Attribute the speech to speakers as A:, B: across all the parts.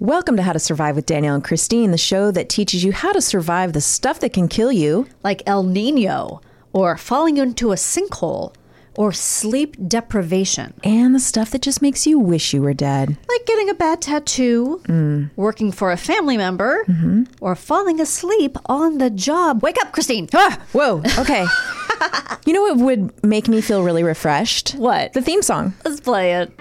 A: Welcome to How to Survive with Danielle and Christine, the show that teaches you how to survive the stuff that can kill you.
B: like El Nino or falling into a sinkhole or sleep deprivation,
A: And the stuff that just makes you wish you were dead.
B: like getting a bad tattoo, working for a family member, or falling asleep on the job. Wake up, Christine. Ah!
A: Whoa, okay. you know what would make me feel really refreshed?
B: What?
A: The theme song.
B: Let's play it.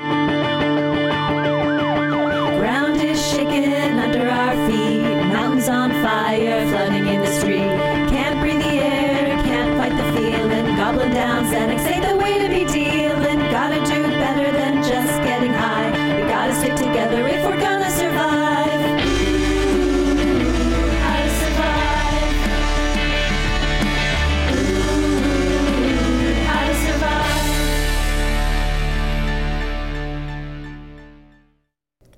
C: Ground is shaking under our feet. Mountains on fire, flooding in the street. Can't breathe the air, can't fight the feeling. Goblin down, Xanax ain't the way to be dealing. Gotta do better than just getting high. We gotta stick together if we're gonna survive. Ooh, how to survive. Ooh, how to survive.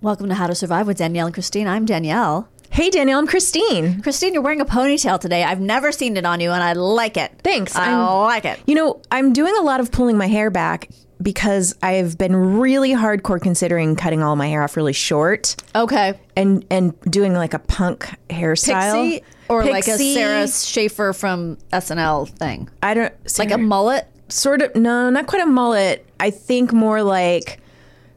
B: Welcome to How to Survive with Danielle and Christine. I'm Danielle.
A: Hey, Danielle, I'm Christine.
B: Christine, you're wearing a ponytail today. I've never seen it on you, and I like it.
A: Thanks.
B: I
A: I'm-
B: like it.
A: You know, I'm doing a lot of pulling my hair back because I've been really hardcore considering cutting all my hair off really short
B: Okay.
A: and and doing like a punk hairstyle.
B: Pixie or like a
A: Pixie.
B: Sarah Schaefer from SNL thing,
A: I don't
B: like a mullet.
A: sort of no, not quite a mullet. I think more like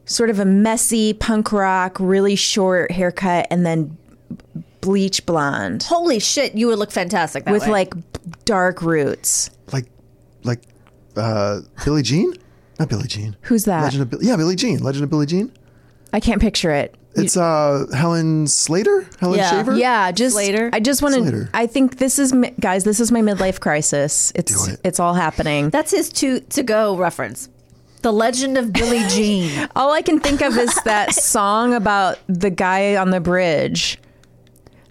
A: sort of a messy punk rock, really short haircut, and then bleach blonde
B: Holy shit, you would look fantastic that
A: with
B: way.
A: like dark roots.
D: like like uh Billie Jean? Not Billie Jean.
A: Who's that?
D: Legend of Bi- Yeah, Billie Jean. Legend of Billie Jean.
A: I can't picture it.
D: It's uh Helen Slater? Helen
B: Yeah.
D: Shaver?
A: Yeah, just
B: Slater?
A: I just want to.
D: Slater.
A: I think this is mi- guys. This is my midlife crisis. It's
D: Do it.
A: it's all happening.
B: That's his to to go reference. The Legend of Billie Jean.
A: All I can think of is that song about the guy on the bridge.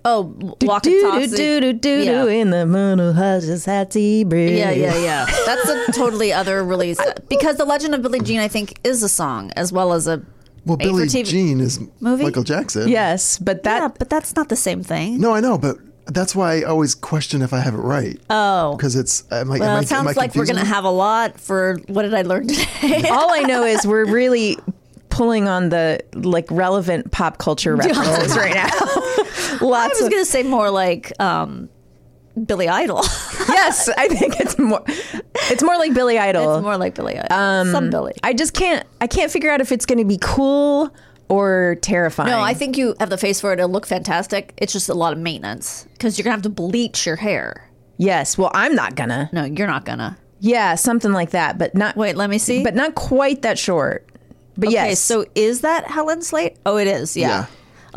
B: oh, walk
A: do
B: and
A: do
B: talk.
A: do do do
B: Yeah.
A: do in the moon of Hudson Bridge.
B: Yeah, yeah, yeah. That's a totally other release because the Legend of Billie Jean, I think, is a song as well as a
D: Well,
B: Made for
D: Billie
B: TV
D: Jean is
B: movie?
D: Michael Jackson.
A: Yes, but that
B: yeah, but that's not the same thing.
D: No, I know, but that's why I always question if I have it right. Oh. Because it's am I,
B: well,
D: am I,
B: it Uh, sounds
D: am I
B: like we're
D: confusing
B: gonna
D: it?
B: have a lot for what did I learn today?
A: All I know is we're really pulling on the like relevant pop culture references right now.
B: I
A: Lots
B: was
A: of
B: gonna say more like um, Billy Idol.
A: yes, I think it's more it's more like Billy Idol.
B: it's more like Billy Idol. Some Billy.
A: I just can't I can't figure out if it's going to be cool or terrifying.
B: No, I think you have the face for it. It'll look fantastic. It's just a lot of maintenance because you're gonna have to bleach your hair.
A: yes. Well, I'm not gonna.
B: No, you're not gonna.
A: Yeah, something like that, but not
B: Wait, let me see.
A: but not quite that short. But
B: okay,
A: yes,
B: so is that Helen Slate? Oh, it is. Yeah.
D: Yeah.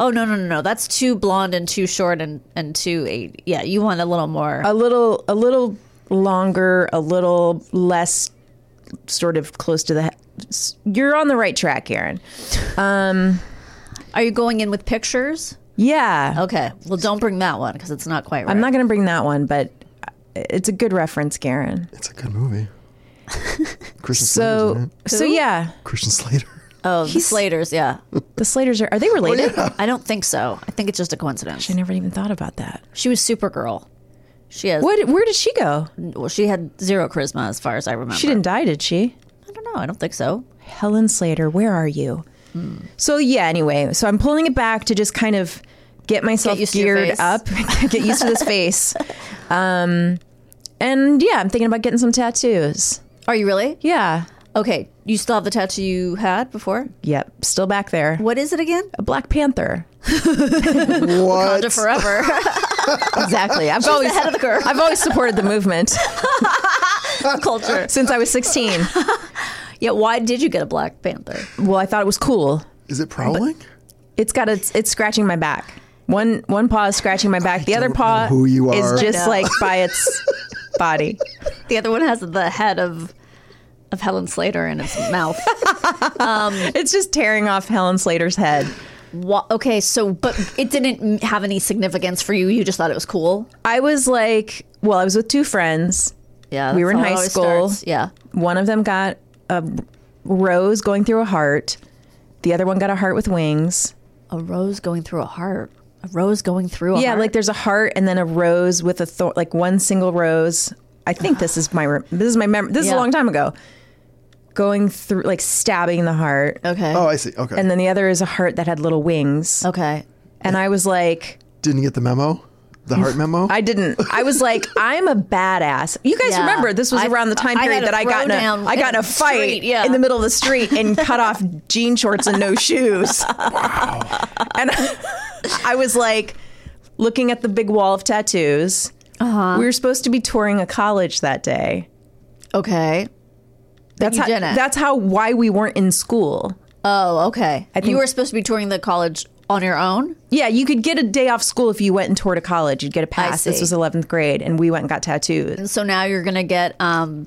B: Oh no no no no! That's too blonde and too short and and too eight. Yeah, you want a little more.
A: a little a little longer, a little less sort of close to the he- You're on the right track, Aaron.
B: Are you going in with pictures?
A: Yeah.
B: Okay. Well, don't bring that one because it's not quite right.
A: I'm not going to bring that one, but it's a good reference, Garen.
D: It's a good movie. Christian Slater's
A: So,
D: in it.
A: so yeah,
D: Christian Slater.
B: Oh, the Slaters, yeah.
A: The Slaters are are they related?
B: I don't think so. I think it's just a coincidence.
A: I never even thought about that.
B: She was Supergirl. She has.
A: What? Where did she go?
B: Well, she had zero charisma as far as I remember.
A: She didn't die, did she?
B: I don't know. I don't think so.
A: Helen Slater, where are you?
B: Hmm.
A: So yeah, anyway, so I'm pulling it back to just kind of get myself
B: Get used to your
A: geared
B: face.
A: up, get used to this face. Um, and yeah, I'm thinking about getting some tattoos.
B: Are you really?
A: Yeah.
B: Okay. You still have the tattoo you had before?
A: Yep, still back there.
B: What is it again?
A: A Black Panther.
E: What?
B: Wakanda forever.
A: Exactly. I've always
B: ahead of the curve.
A: I've always supported the movement
B: Culture.
A: since I was 16.
B: Yeah. Why did you get a Black Panther?
A: Well, I thought it was cool.
D: Is it prowling?
A: It's got a, it's scratching my back. One one paw is scratching my back. the other
D: don't
A: paw
D: know who you are.
A: is just
B: know.
A: like by its body.
B: The other one has the head of of Helen Slater in its mouth.
A: It's just tearing off Helen Slater's head.
B: Wha- okay. So, but it didn't have any significance for you. You just thought it was cool.
A: I was like, well, I was with two friends.
B: Yeah.
A: We
B: that's
A: were in
B: how it
A: high
B: always
A: school.
B: starts. Yeah.
A: One of them got a rose going through a heart. The other one got a heart with wings.
B: A rose going through a heart. A rose going through a
A: yeah,
B: heart.
A: like there's a heart and then a rose with a thorn, like one single rose. I think this is my re- this is my memory. This is
B: Yeah.
A: a long time ago. Going through like stabbing the heart,
B: Okay. Oh.
D: Oh, I see. Okay.
A: and then the other is a heart that had little wings.
B: okay.
A: And I was like,
D: Didn't get the memo? The heart memo?
A: I didn't. I was like, I'm a badass. You guys
B: Yeah.
A: remember this was
B: I-
A: around the time
B: I had
A: period
B: a
A: that I got in a,
B: throwdown
A: I got in
B: in
A: a
B: the
A: fight
B: street, yeah.
A: in the middle of the street and cut off jean shorts and no shoes. And I was like looking at the big wall of tattoos.
B: Uh-huh.
A: We were supposed to be touring a college that day.
B: Okay.
A: That's
B: you
A: how,
B: didn't.
A: that's how why we weren't in school.
B: Oh, okay.
A: think-
B: you were supposed to be touring the college on your own.
A: Yeah, you could get a day off school if you went and toured a college. You'd get a pass. This
B: see.
A: was 11th grade, and we went and got tattoos.
B: So now you're gonna get um,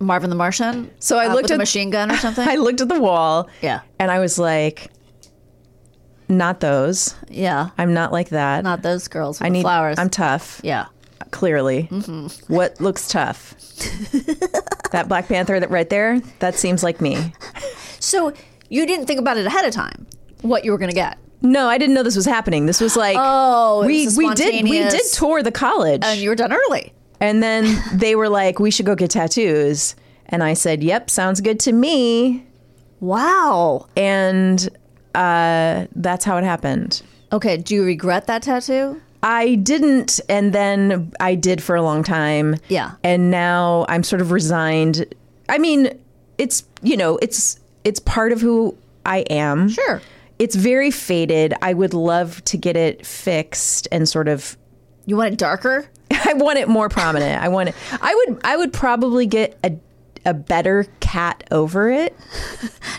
B: Marvin the Martian.
A: So I
B: uh,
A: looked
B: with a
A: at-
B: machine gun or something.
A: I looked at the wall.
B: Yeah.
A: And I was like, not those.
B: yeah,
A: I'm not like that.
B: not those girls. With
A: I need
B: flowers.
A: I'm tough,
B: yeah. Mm-hmm.
A: clearly. What looks tough? that Black Panther that right there, that seems like me.
B: So you didn't think about it ahead of time what you were gonna get,
A: No, I didn't know this was happening. This was like
B: Oh, it
A: we
B: was a
A: we did we did
B: spontaneous-
A: tour the college.
B: and you were done early.
A: And then they were like, "We should go get tattoos." And I said, "Yep, sounds good to me."
B: Wow.
A: And uh, that's how it happened.
B: Okay. Do you regret that tattoo?
A: I didn't, and then I did for a long time.
B: Yeah.
A: And now I'm sort of resigned. I mean, it's you know, it's it's part of who I am.
B: Sure.
A: It's very faded. I would love to get it fixed and sort of
B: You want it darker?
A: I want it more prominent. I want it I would I would probably get a a better cat over it.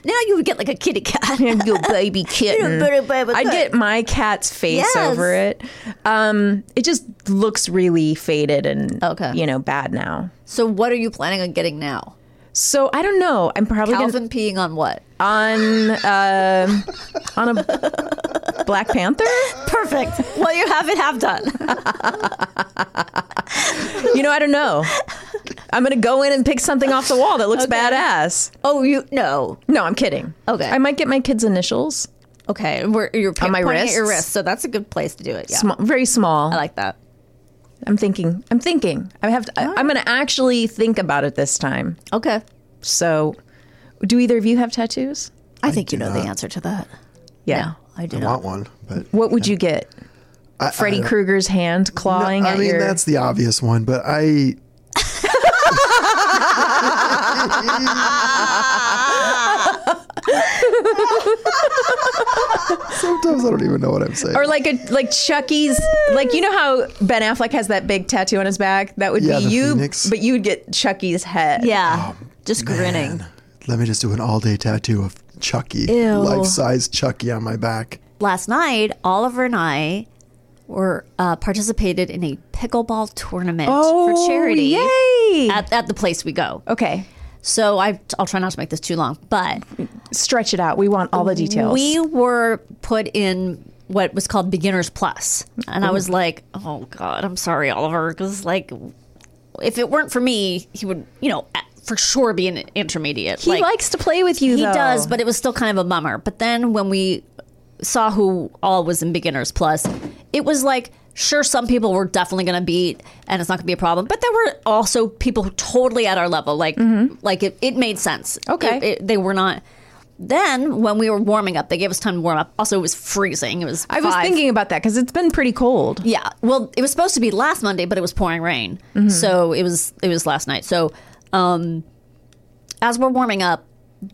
B: Now you would get like a kitty cat.
A: Your baby kitten.
B: baby cat.
A: I'd get my cat's face
B: Yes.
A: over it. Um, it just looks really faded and
B: Okay.
A: you know bad now.
B: so what are you planning on getting now?
A: So I don't know. I'm probably gonna,
B: Calvin peeing on what?
A: on uh, on a Black Panther.
B: Perfect. well, you have it half done.
A: You know, I don't know. I'm gonna go in and pick something off the wall that looks badass.
B: Oh, you no.
A: No, I'm kidding.
B: Okay.
A: I might get my kids' initials.
B: Okay, and we're, you're
A: On my
B: pointing at your
A: wrists?
B: wrist, so that's a good place to do it. Yeah,
A: Small, very small.
B: I like that. Oh.
A: I'm thinking. I'm thinking. I have. To, I, I'm gonna actually think about it this time.
B: Okay,
A: So, do either of you have tattoos?
B: I, think you know the answer to that.
A: Yeah.
B: I do.
D: I want one, but
A: What would you get?
D: I,
A: Freddy
D: I-
A: Krueger's hand
D: Uh, No,
A: clawing
D: I
A: at
D: mean,
A: your.
D: that's the obvious one, but I. Sometimes I don't even know what I'm saying.
A: or like a like Chucky's like you know how Ben Affleck has that big tattoo on his back that would
D: Yeah,
A: be
D: the
A: you
D: phoenix.
A: but you would get Chucky's head
B: Yeah, just grinning.
D: Let me just do an all day tattoo of Chucky, life size Chucky on my back.
B: Last night, Oliver and I were uh, participated in a pickleball tournament for charity
A: Oh, yay
B: at at the place we go.
A: okay
B: So I I'll try not to make this too long, but
A: stretch it out we want all the details
B: We were put in what was called Beginners Plus, and I was like, "Oh God, I'm sorry, Oliver," because like, if it weren't for me, he would, you know, a- for sure be an intermediate.
F: He likes to play with you,
B: He
F: though.
B: does, but it was still kind of a bummer. But then when we saw who all was in Beginners Plus, it was like sure some people were definitely going to beat, and it's not going to be a problem. But there were also people who totally at our level. Like like it, it made sense.
F: Mm-hmm. Okay.
B: It- it- they were not. Then when we were warming up, they gave us time to warm up. Also, it was freezing. It was.
A: I was
B: five.
A: thinking about that because it's been pretty cold.
B: Yeah. Well, it was supposed to be last Monday, but it was pouring rain. So it was it was last night. So um as we're warming up,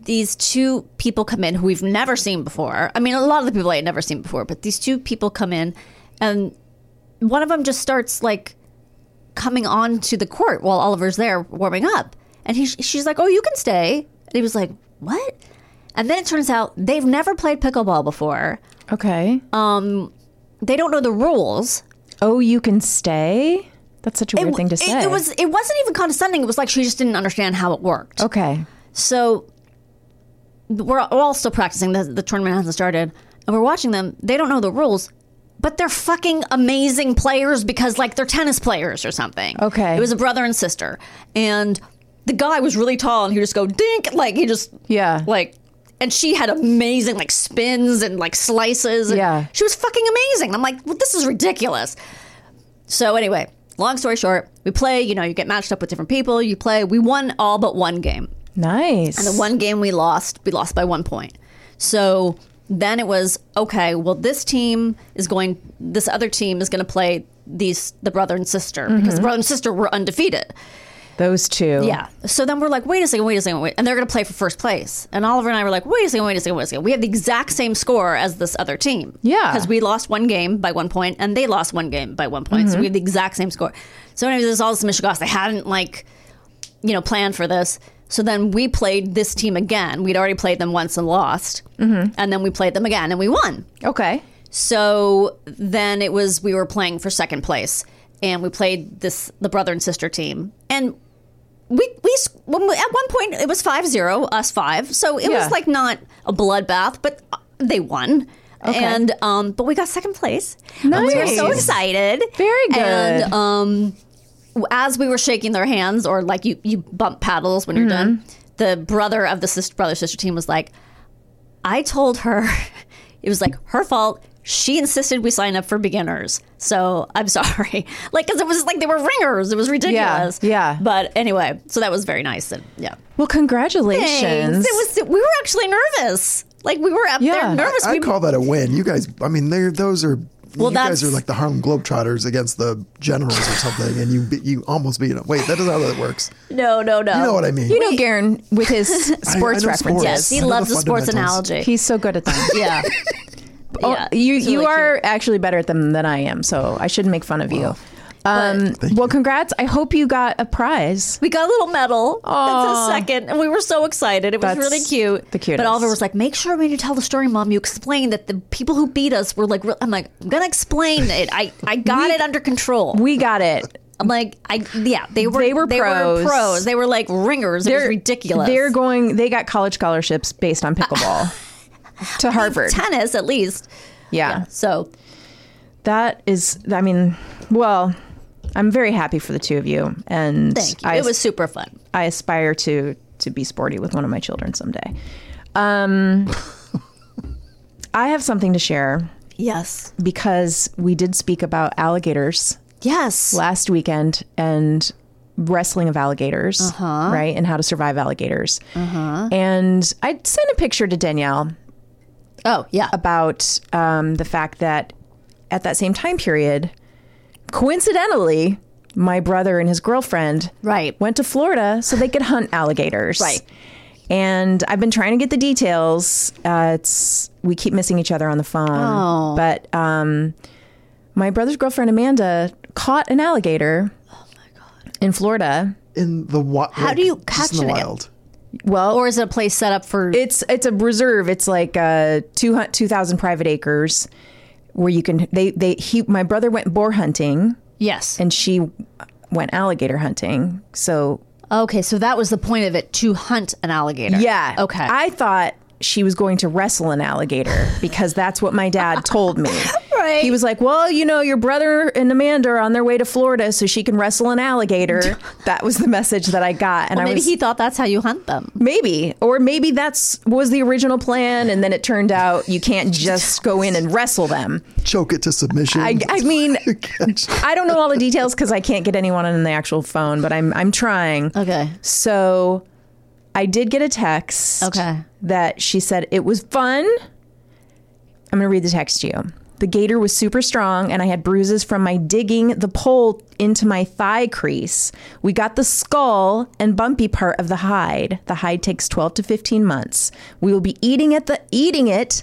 B: these two people come in who we've never seen before. I mean, a lot of the people I had never seen before, but these two people come in and one of them just starts like coming on to the court while Oliver's there warming up. And he, she's like, "Oh, you can stay." And he was like, "What?" And then it turns out they've never played pickleball before.
A: Okay.
B: Um, they don't know the rules.
A: Oh, you can stay? That's such a weird thing to say.
B: It, it was. It wasn't even condescending. It was like she just didn't understand how it worked.
A: Okay.
B: So we're all still practicing. The, the tournament hasn't started, and we're watching them. They don't know the rules, but they're fucking amazing players because like they're tennis players or something.
A: Okay.
B: It was a brother and sister, and the guy was really tall, and he would just go dink like he just
A: Yeah.
B: like. And she had amazing like spins and like slices. and
A: Yeah.
B: She was fucking amazing. I'm like, well, this is ridiculous. So anyway, long story short, we play, you know, you get matched up with different people, you play. We won all but one game.
A: Nice.
B: And the one game we lost, we lost by one point. So then it was, okay, well this team is going this other team is gonna play these the brother and sister because the brother and sister were undefeated.
A: Those two.
B: Yeah. So then we're like, wait a second, wait a second, wait. And they're going to play for first place. And Oliver and I were like, wait a second, wait a second, wait a second. We have the exact same score as this other team.
A: Yeah.
B: Because we lost one game by one point and they lost one game by one point. So we have the exact same score. So, anyways, there's all this Michigas. They hadn't, like, you know, planned for this. So then we played this team again. We'd already played them once and lost. Mm-hmm. And then we played them again and we won.
A: Okay.
B: So then it was we were playing for second place, and we played this the brother and sister team, and we we s- when we, at one point it was 5-0, us five, so it
A: Yeah.
B: was like not a bloodbath, but uh, they won.
A: Okay.
B: And um, but we got second place. And We were so
A: Nice.
B: excited.
A: Very good.
B: And um, w- as we were shaking their hands, or like you you bump paddles when you're
A: Mm-hmm.
B: done, the brother of the sister brother sister team was like, I told her it was like her fault. She insisted we sign up for beginners. So I'm sorry. Like, because it was like they were ringers. It was ridiculous.
A: yeah.
B: But anyway, so that was very nice. And yeah.
A: Well, congratulations.
B: Thanks. It was, we were actually nervous. Like, we were up
A: Yeah.
B: there nervous.
D: I
B: we,
D: call that a win. You guys, I mean, they're those are.
B: Well,
D: you guys
B: that's-
D: are like the Harlem Globetrotters against the Generals or something, and you be- you almost beat them. Wait, that isn't how that works.
B: no, no, no.
D: You know what I mean?
A: you know, Garen, with his sports
D: know
A: references.
D: sports.
B: Yes,
D: I
B: he
D: know the
B: loves the sports
D: fundamentals.
B: analogy.
A: He's so good at them.
B: yeah.
A: Oh,
B: Yeah,
A: you
B: it's
A: you
B: really
A: are actually better at them than I am, so I shouldn't make fun of you. Um, well, congrats. I hope you got a prize.
B: We got a little medal. That's a second. And we were so excited. It was
A: That's
B: really cute.
A: the cutest.
B: But Oliver was like, make sure when you tell the story, Mom, you explain that the people who beat us were like, real-" I'm like, I'm going to explain it. I, I got it under control.
A: We got it.
B: I'm like, I yeah, they were
A: They were pros.
B: pros. They were like ringers. It was ridiculous.
A: They're going. They got college scholarships based on pickleball to Harvard.
B: tennis at least.
A: yeah,
B: So
A: that is. I mean, well, I'm very happy for the two of you, and
B: thank you.
A: I
B: it was super fun.
A: I aspire to to be sporty with one of my children someday. Um, I have something to share
B: Yes.
A: because we did speak about alligators
B: Yes.
A: last weekend and wrestling of alligators, right? And how to survive alligators. And I sent a picture to Danielle
B: Oh yeah.
A: about um, the fact that at that same time period, coincidentally, my brother and his girlfriend
B: Right.
A: went to Florida so they could hunt alligators.
B: Right.
A: And I've been trying to get the details. Uh, it's we keep missing each other on the phone. Oh. But um, my brother's girlfriend Amanda caught an alligator.
B: Oh
A: In Florida,
D: In the wild. How
B: do you catch
D: in the
B: it?
D: wild?
A: well,
B: Or is it a place set up for?
A: it's it's a reserve. It's like uh, two hun- 2,000 private acres where you can. They they he my brother went boar hunting
B: yes.
A: and she went alligator hunting. So
B: okay, so that was the point of it to hunt an alligator.
A: yeah,
B: Okay.
A: I thought she was going to wrestle an alligator because that's what my dad told me. right. He was like, "Well, you know, your brother and Amanda are on their way to Florida, so she can wrestle an alligator." that was the message that I got, and
B: Well,
A: I
B: maybe
A: was
B: he thought that's how you hunt them.
A: maybe or maybe that's was the original plan, and then it turned out you can't just go in and wrestle them.
D: Choke it to submission.
A: I, I mean, I don't know all the details because I can't get anyone on the actual phone, but I'm I'm trying.
B: Okay.
A: So I did get a text
B: Okay.
A: that she said it was fun. I'm going to read the text to you. The gator was super strong, and I had bruises from my digging the pole into my thigh crease. We got the skull and bumpy part of the hide. The hide takes 12 to 15 months. We will be eating at the eating it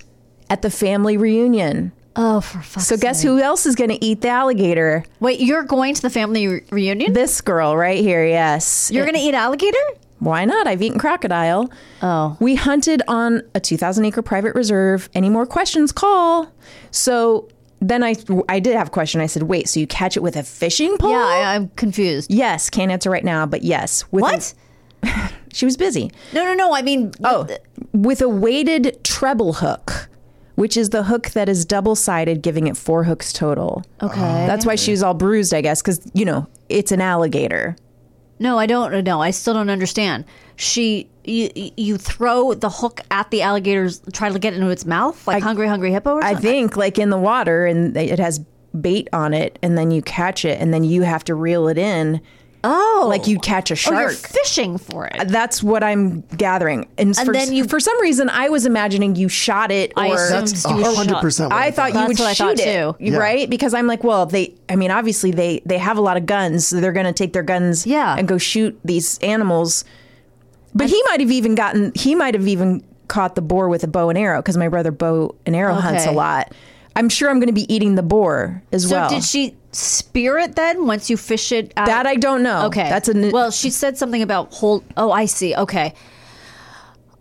A: at the family reunion.
B: Oh, for fuck's
A: So guess who else is going to eat the alligator?
B: Wait, you're going to the family re- reunion?
A: This girl right here. Yes.
B: You're going to eat alligator?
A: Why not? I've eaten crocodile.
B: Oh.
A: We hunted on a 2,000 acre private reserve. Any more questions? Call. So then I, I did have a question. I said, wait, so you catch it with a fishing pole?
B: Yeah, I, I'm confused.
A: Yes. Can't answer right now, but yes. With a-
B: What?
A: she was busy.
B: No, no, no. I mean, oh,
A: With a weighted treble hook, which is the hook that is double sided, giving it four hooks total.
B: okay.
A: That's why she was all bruised, I guess, because, you know, it's an alligator.
B: no, I don't know. I still don't understand. She, you, you throw the hook at the alligator's, try to get into its mouth, like hungry, hungry hippo or
A: I
B: something.
A: think like in the water and it has bait on it and then you catch it and then you have to reel it in
B: oh,
A: like you'd catch a
B: oh, you're
A: shark.
B: fishing for it.
A: That's what I'm gathering. And, for,
B: then you-
A: for some reason I was imagining you shot it
B: I
A: or
B: assumed
D: That's
B: you
D: a
B: would
D: hundred
B: shot-
D: percent. what
A: I
D: I
A: thought you
B: That's
A: would
B: what I
A: shoot
B: thought,
A: it,
B: too.
A: right? Because I'm like, well, they. I mean, obviously they they have a lot of guns, so they're going to take their guns,
B: Yeah.
A: and go shoot these animals. But he might have even gotten. He might have even caught the boar with a bow and arrow because my brother bow and arrow hunts a
B: Okay.
A: lot. I'm sure I'm going to be eating the boar as
B: So
A: well.
B: did she spear it then once you fish it out?
A: that I don't know.
B: Okay.
A: Oh, that's a n-
B: Well, she said something about hold. Oh, I see. Okay.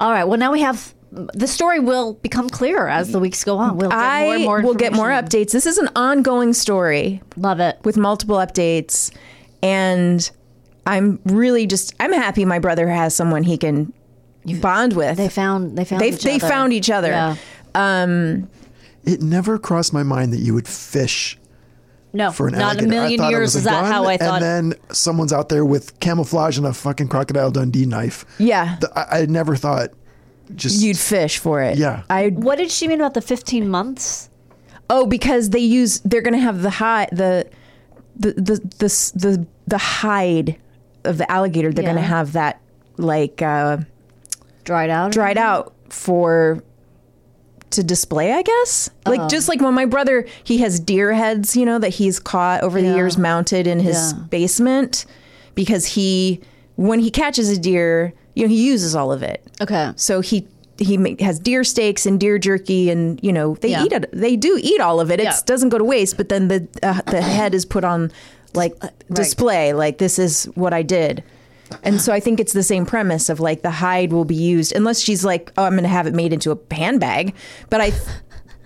B: All right. Well, now we have the story will become clearer as the weeks go on. We'll get
A: I
B: more and more
A: will get more
B: information.
A: updates. This is an ongoing story.
B: Love it.
A: with multiple updates and I'm really just I'm happy my brother has someone he can bond with.
B: They found they found
A: they,
B: each
A: they
B: other.
A: found each other.
B: Yeah.
D: It never crossed my mind that you would fish
B: No,
D: for an
B: not
D: alligator.
B: a
D: I
B: million
D: thought it
B: years
D: was a
B: is that
D: gun,
B: how I thought.
D: And then someone's out there with camouflage and a fucking crocodile Dundee knife.
A: Yeah.
D: The- I, I never thought just
A: You'd fish for it.
D: Yeah.
A: I
B: what did she mean about the 15 months?
A: oh because they use they're gonna have the hide the the the the s- the, the hide of the alligator. They're gonna
B: Yeah.
A: have that like uh,
B: Dried out.
A: dried out for to display, I guess. Like just like when my brother he has deer heads, you know, that he's caught over the years mounted in his
B: Yeah.
A: basement because he when he catches a deer, you know, he uses all of it.
B: Okay.
A: So he he ma- has deer steaks and deer jerky and you know they
B: Yeah.
A: eat it they do eat all of it it
B: Yeah.
A: doesn't go to waste but then the uh, the head is put on like display like this is what i did and so i think it's the same premise of like the hide will be used unless she's like oh i'm gonna have it made into a handbag but i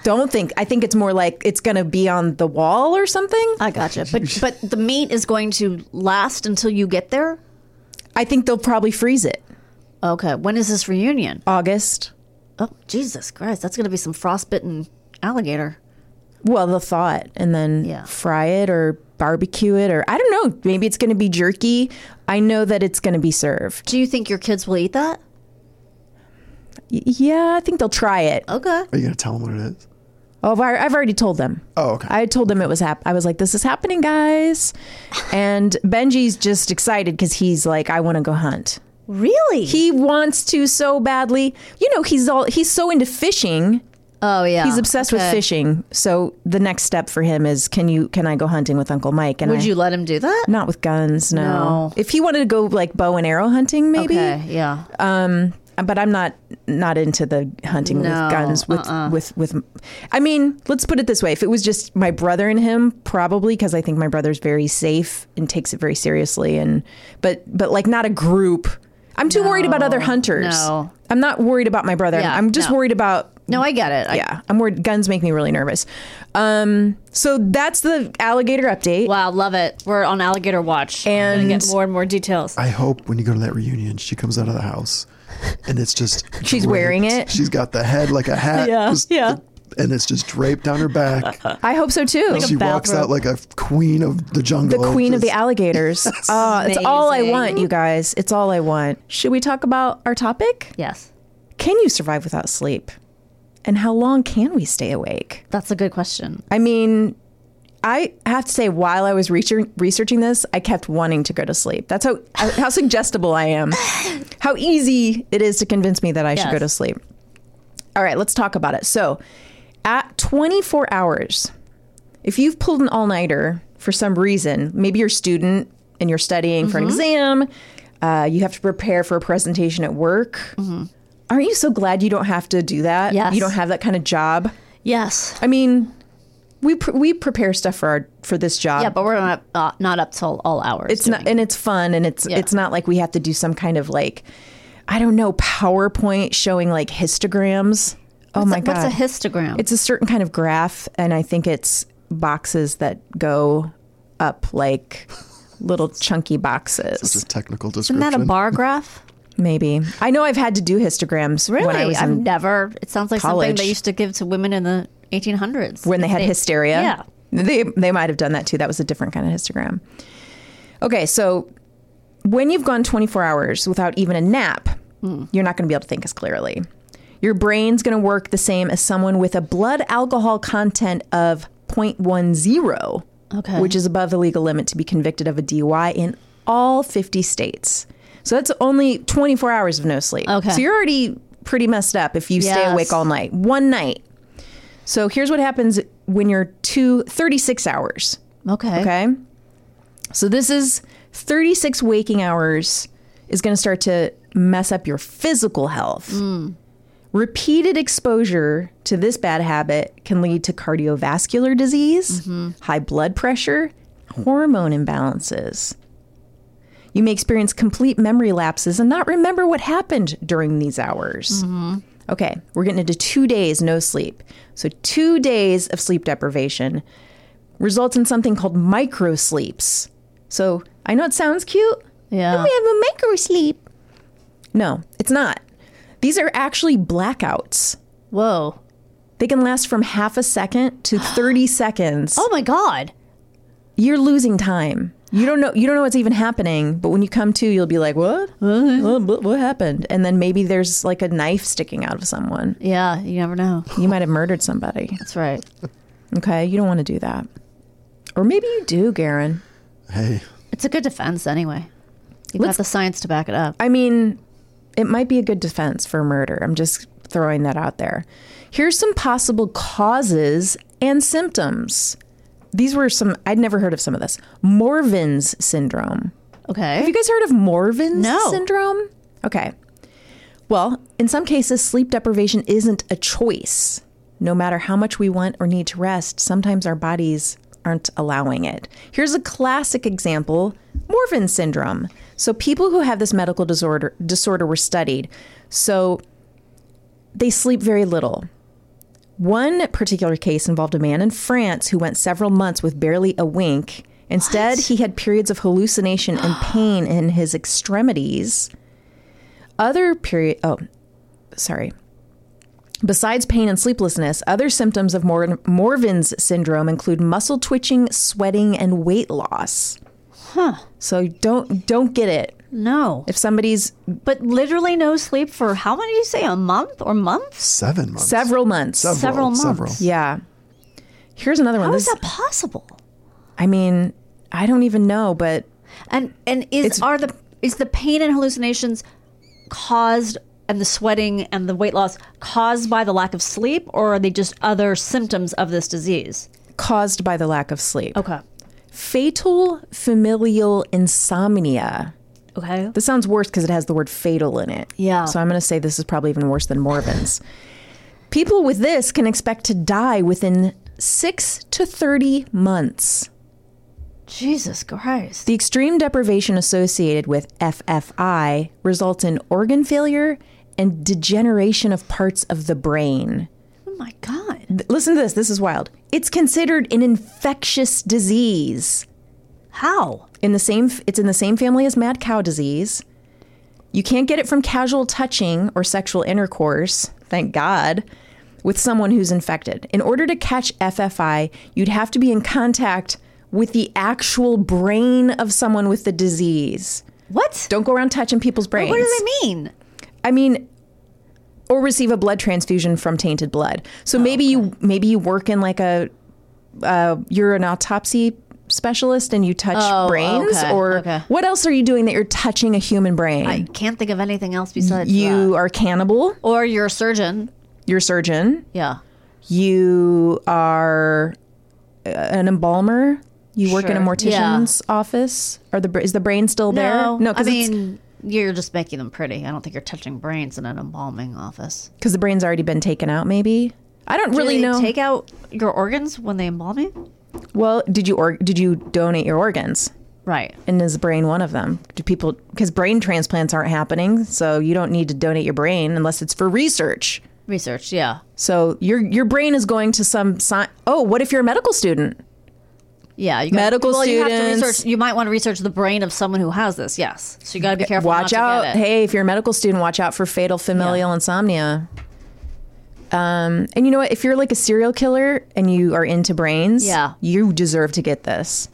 A: don't think i think it's more like it's gonna be on the wall or something
B: I gotcha. But but the meat is going to last until you get there.
A: i think they'll probably freeze it
B: Okay. When is this reunion?
A: august
B: Oh, Jesus Christ. That's going to be some frostbitten alligator.
A: Well, the thought, and then
B: Yeah.
A: fry it or barbecue it, or I don't know. Maybe it's going to be jerky. I know that it's going to be served.
B: Do you think your kids will eat that?
A: Y- yeah, I think they'll try it.
B: Okay.
D: Are you going to tell them what it is?
A: Oh, I've al- I've already told them.
D: Oh, okay.
A: I told them it was hap- I was like, "This is happening, guys," and Benji's just excited because he's like, "I want to go hunt."
B: Really?
A: He wants to so badly. You know, he's all he's so into fishing.
B: oh, yeah.
A: He's obsessed with
B: Okay.
A: fishing. So the next step for him is, can you can I go hunting with Uncle Mike? And
B: Would
A: I-
B: you let him do that?
A: Not with guns, no.
B: No.
A: If he wanted to go like bow and arrow hunting, maybe. uh,
B: Okay. Yeah.
A: But I'm not not into the hunting with
B: No, Uh-uh.
A: guns with with with. I mean, let's put it this way: if it was just my brother and him, probably because I think my brother's very safe and takes it very seriously. And but but like not a group. I'm too worried about other hunters.
B: no.
A: I'm not worried about my brother.
B: Yeah,
A: I'm just
B: no.
A: worried about
B: no, I get it. I,
A: yeah. I'm worried. Guns make me really nervous. Um. So that's the alligator update.
B: Wow. Love it. We're on alligator watch. And get more and more details.
D: I hope when you go to that reunion, she comes out of the house and it's just
A: She's wearing it?
D: She's got the head like a hat. just-
A: yeah.
D: and it's just draped down her back.
A: I hope so too.
D: she walks out like a queen of the
A: the
D: jungle.
A: queen of the
D: just-
A: alligators. Ah, it's all I want, you guys. It's all I want. Should we talk about our topic?
B: Yes.
A: Can you survive without sleep? And how long can we stay awake?
B: That's a good question.
A: I mean, I have to say, while I was reacher- researching this, I kept wanting to go to sleep. That's how how suggestible I am. How easy it is to convince me that I should
B: Yes.
A: go to sleep. All right, let's talk about it. So, at 24 hours, if you've pulled an all nighter for some reason, maybe you're a student and you're studying for an
B: Mm-hmm.
A: exam, uh, you have to prepare for a presentation at work. Aren't you so glad you don't have to do that?
B: Mm-hmm. Yes.
A: You don't have that kind of job.
B: Yes.
A: I mean, we pr- we prepare stuff for our for this job.
B: Yeah, but we're not uh, not up till all hours.
A: it's not and it's fun and it's it's not like we have to do some kind of like I don't know PowerPoint showing like histograms. oh my god,
B: What's a histogram?
A: it's a certain kind of graph, and I think it's boxes that go up like little chunky boxes.
D: Just technical
B: Isn't
D: description.
B: that a bar graph?
A: Maybe I know I've had to do histograms when I was
B: I've
A: in,
B: never. It sounds like something
A: college.
B: they used to give to women in the 1800s
A: when they had hysteria.
B: Yeah.
A: They they might have done that too. That was a different kind of histogram. Okay, so when you've gone 24 hours without even a nap,
B: Hmm.
A: you're not going to be able to think as clearly. Your brain's going to work the same as someone with a blood alcohol content of 0.10,
B: Okay.
A: which is above the legal limit to be convicted of a DUI in all 50 states. So that's only 24 hours of no sleep.
B: Okay.
A: So you're already pretty messed up if you stay
B: Yes.
A: awake all night. One night. So here's what happens when you're two, 36 hours.
B: Okay.
A: Okay. So this is 36 waking hours is going to start to mess up your physical health. Repeated exposure to this bad habit can lead to cardiovascular disease, high blood pressure, hormone imbalances. You may experience complete memory lapses and not remember what happened during these hours.
B: Mm-hmm.
A: Okay, we're getting into two days no sleep. So, two days of sleep deprivation results in something called micro sleeps. So I know it sounds cute.
B: Yeah.
A: "Oh, We have a micro sleep. No, it's not. These are actually blackouts.
B: Whoa.
A: They can last from half a second to 30 seconds.
B: Oh my God.
A: You're losing time. You don't know you don't know what's even happening, but when you come to, you'll be like, "What? What, what- what happened?" And then maybe there's like a knife sticking out of someone.
B: Yeah. You never know.
A: You might have murdered somebody.
B: That's right.
A: Okay? You don't want to do that. Or maybe you do, Garen.
D: hey,
B: It's a good defense anyway. You've got the science to back it up.
A: I mean, it might be a good defense for murder. I'm just throwing that out there. Here's some possible causes and symptoms. These were some, I'd never heard of some of this. Morvin's syndrome.
B: Okay.
A: Have you guys heard of Morvin's
B: No.
A: syndrome? Okay. Well, in some cases, sleep deprivation isn't a choice. No matter how much we want or need to rest, sometimes our bodies aren't allowing it. Here's a classic example Morvin syndrome. So, people who have this medical disorder, disorder were studied. So, they sleep very little. One particular case involved a man in France who went several months with barely a wink. Instead, he had periods of hallucination and pain in his extremities. Other period oh, sorry. Besides pain and sleeplessness, other symptoms of Mor- Morvin's syndrome include muscle twitching, sweating, and weight loss. Huh. So don't don't get it.
B: no.
A: If somebody's
B: But literally no sleep for how many? Did you say a month or months?
D: seven months.
A: several months.
B: Several months.
D: Several.
A: Yeah. Here's another one.
B: How
A: This-
B: is that possible?
A: I mean, I don't even know, but
B: And and is are the is the pain and hallucinations caused and the sweating and the weight loss caused by the lack of sleep, or are they just other symptoms of this disease?
A: caused by the lack of sleep.
B: Okay.
A: Fatal familial insomnia.
B: Okay.
A: This sounds worse because it has the word fatal in it.
B: Yeah.
A: So I'm going to say this is probably even worse than Morvin's. People with this can expect to die within six to 30 months.
B: Jesus Christ.
A: The extreme deprivation associated with FFI results in organ failure and degeneration of parts of the brain.
B: Oh my God.
A: Listen to this. This is wild. It's considered an infectious disease.
B: How?
A: In the same, it's in the same family as mad cow disease. You can't get it from casual touching or sexual intercourse, thank God, with someone who's infected. In order to catch FFI, you'd have to be in contact with the actual brain of someone with the disease.
B: What?
A: Don't go around touching people's brains.
B: What do they mean?
A: I mean, or receive a blood transfusion from tainted blood. So
B: Oh,
A: maybe you maybe you work in like a uh, you're an autopsy specialist and you touch
B: Oh,
A: brains,
B: okay,
A: or
B: okay.
A: what else are you doing that you're touching a human brain?
B: I can't think of anything else besides that.
A: you are cannibal.
B: Or you're a surgeon.
A: You're a surgeon.
B: Yeah.
A: You are uh, an embalmer. You work in a
B: Sure,
A: mortician's office. Are the br- is the brain still there?
B: No, I
A: because
B: mean, you're just making them pretty. I don't think you're touching brains in an embalming office.
A: because the brain's already been taken out. Maybe I don't really
B: Do they
A: know.
B: Take out your organs when they embalm you.
A: well, did you or did you donate your organs?
B: Right.
A: And is brain one of them? Do people because brain transplants aren't happening, so you don't need to donate your brain unless it's for research.
B: Research. Yeah.
A: So your your brain is going to some sci- oh, what if you're a medical student?
B: Yeah. You got-
A: Medical
B: well, You, have
A: students.
B: to research, you might want to research the brain of someone who has this. Yes. So you got to be careful.
A: Watch
B: not
A: out.
B: To get it.
A: Hey, if you're a medical student, watch out for fatal familial insomnia. Um, and you know what? If you're like a serial killer and you are into brains,
B: Yeah.
A: you deserve to get this.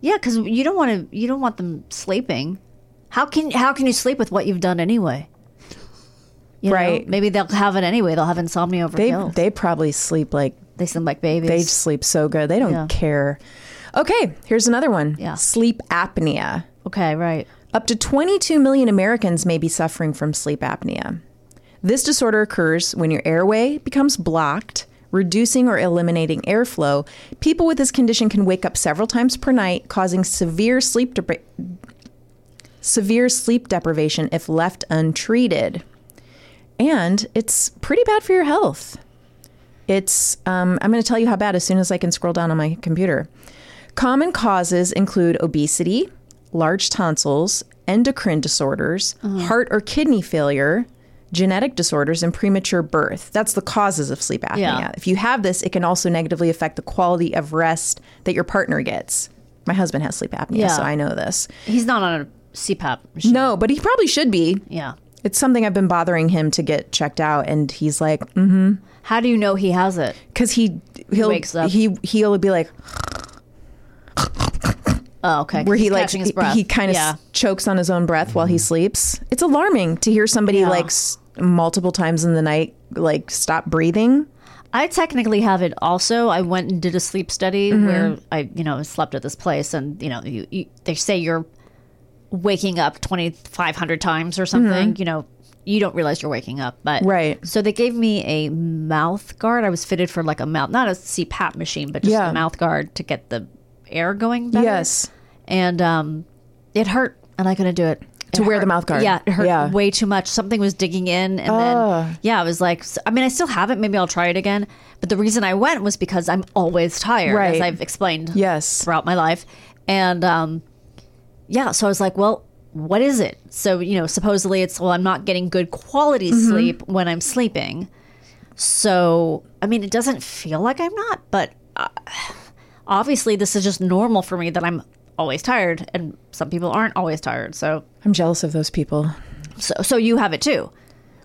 B: Yeah, because you don't want to. You don't want them sleeping. How can how can you sleep with what you've done anyway? You know,
A: Right.
B: maybe they'll have it anyway. They'll have insomnia over
A: They
B: pills. They,
A: they probably sleep like
B: seem like
A: they
B: babies.
A: sleep so good. They don't
B: Yeah.
A: care. Okay, here's another one.
B: Yeah.
A: Sleep apnea.
B: okay, right.
A: Up to 22 million Americans may be suffering from sleep apnea. This disorder occurs when your airway becomes blocked, reducing or eliminating airflow. People with this condition can wake up several times per night, causing severe sleep depri- severe sleep deprivation if left untreated. And it's pretty bad for your health. It's um, I'm going to tell you how bad as soon as I can scroll down on my computer. Common causes include obesity, large tonsils, endocrine disorders,
B: Uh-huh.
A: heart or kidney failure, genetic disorders, and premature birth. That's the causes of sleep apnea.
B: Yeah.
A: If you have this, it can also negatively affect the quality of rest that your partner gets. My husband has sleep apnea,
B: Yeah.
A: so I know this.
B: He's not on a CPAP machine.
A: No, but he probably should be.
B: Yeah.
A: It's something I've been bothering him to get checked out, and he's like,
B: How do you know he has it?
A: because he he'll
B: wakes up.
A: he he'll be like
B: Oh, okay. 'cause
A: where he
B: he's
A: like
B: catching his breath.
A: he kind of
B: yeah.
A: chokes on his own breath while he sleeps. It's alarming to hear somebody
B: Yeah.
A: like s- multiple times in the night like stop breathing.
B: I technically have it also. I went and did a sleep study where I, you know, slept at this place and, you know, you, you, they say you're waking up 2,500 times or something, you know, you don't realize you're waking up, but
A: Right.
B: So they gave me a mouth guard. I was fitted for like a mouth, not a CPAP machine, but just
A: Yeah.
B: a mouth guard to get the air going better.
A: Yes.
B: and um, it hurt, and I couldn't do it.
A: To
B: It
A: wear the
B: hurt.
A: mouth guard.
B: Yeah, it hurt
A: Yeah. Ah.
B: way too much. Something was digging in, and then yeah, I was like, s- I mean, I still have it. Maybe I'll try it again. But the reason I went was because I'm always tired, as
A: Right.
B: I've explained
A: Yes.
B: throughout my life, and um, yeah, so I was like, well, what is it? So you know, supposedly it's well, I'm not getting good quality
A: Mm-hmm.
B: sleep when I'm sleeping. So I mean, it doesn't feel like I'm not, but uh, obviously this is just normal for me that I'm always tired, and some people aren't always tired. So
A: I'm jealous of those people.
B: so so you have it too,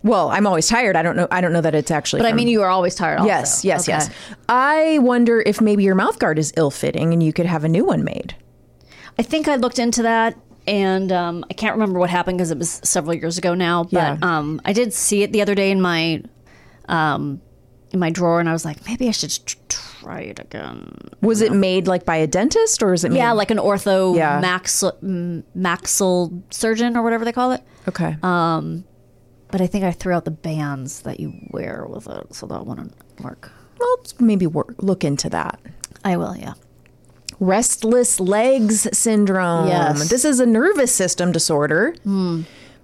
A: Well, I'm always tired. I don't know. I don't know that it's actually.
B: but I
A: from-
B: mean, you are always tired. Also.
A: yes, yes,
B: Okay.
A: yes. I wonder if maybe your mouth guard is ill-fitting and you could have a new one made.
B: I think I looked into that, and um, I can't remember what happened because it was several years ago now. But
A: Yeah.
B: um, I did see it the other day in my um, in my drawer, and I was like, maybe I should tr- try it again.
A: Was it made like by a dentist or is it? Made,
B: Yeah, like an ortho
A: Yeah.
B: max mm, maxil surgeon or whatever they call it.
A: okay.
B: But I think I threw out the bands that you wear with it, so that wouldn't work.
A: well, maybe work, look into that.
B: I will, yeah.
A: restless legs syndrome.
B: Yes. Hmm.
A: This is a nervous system disorder,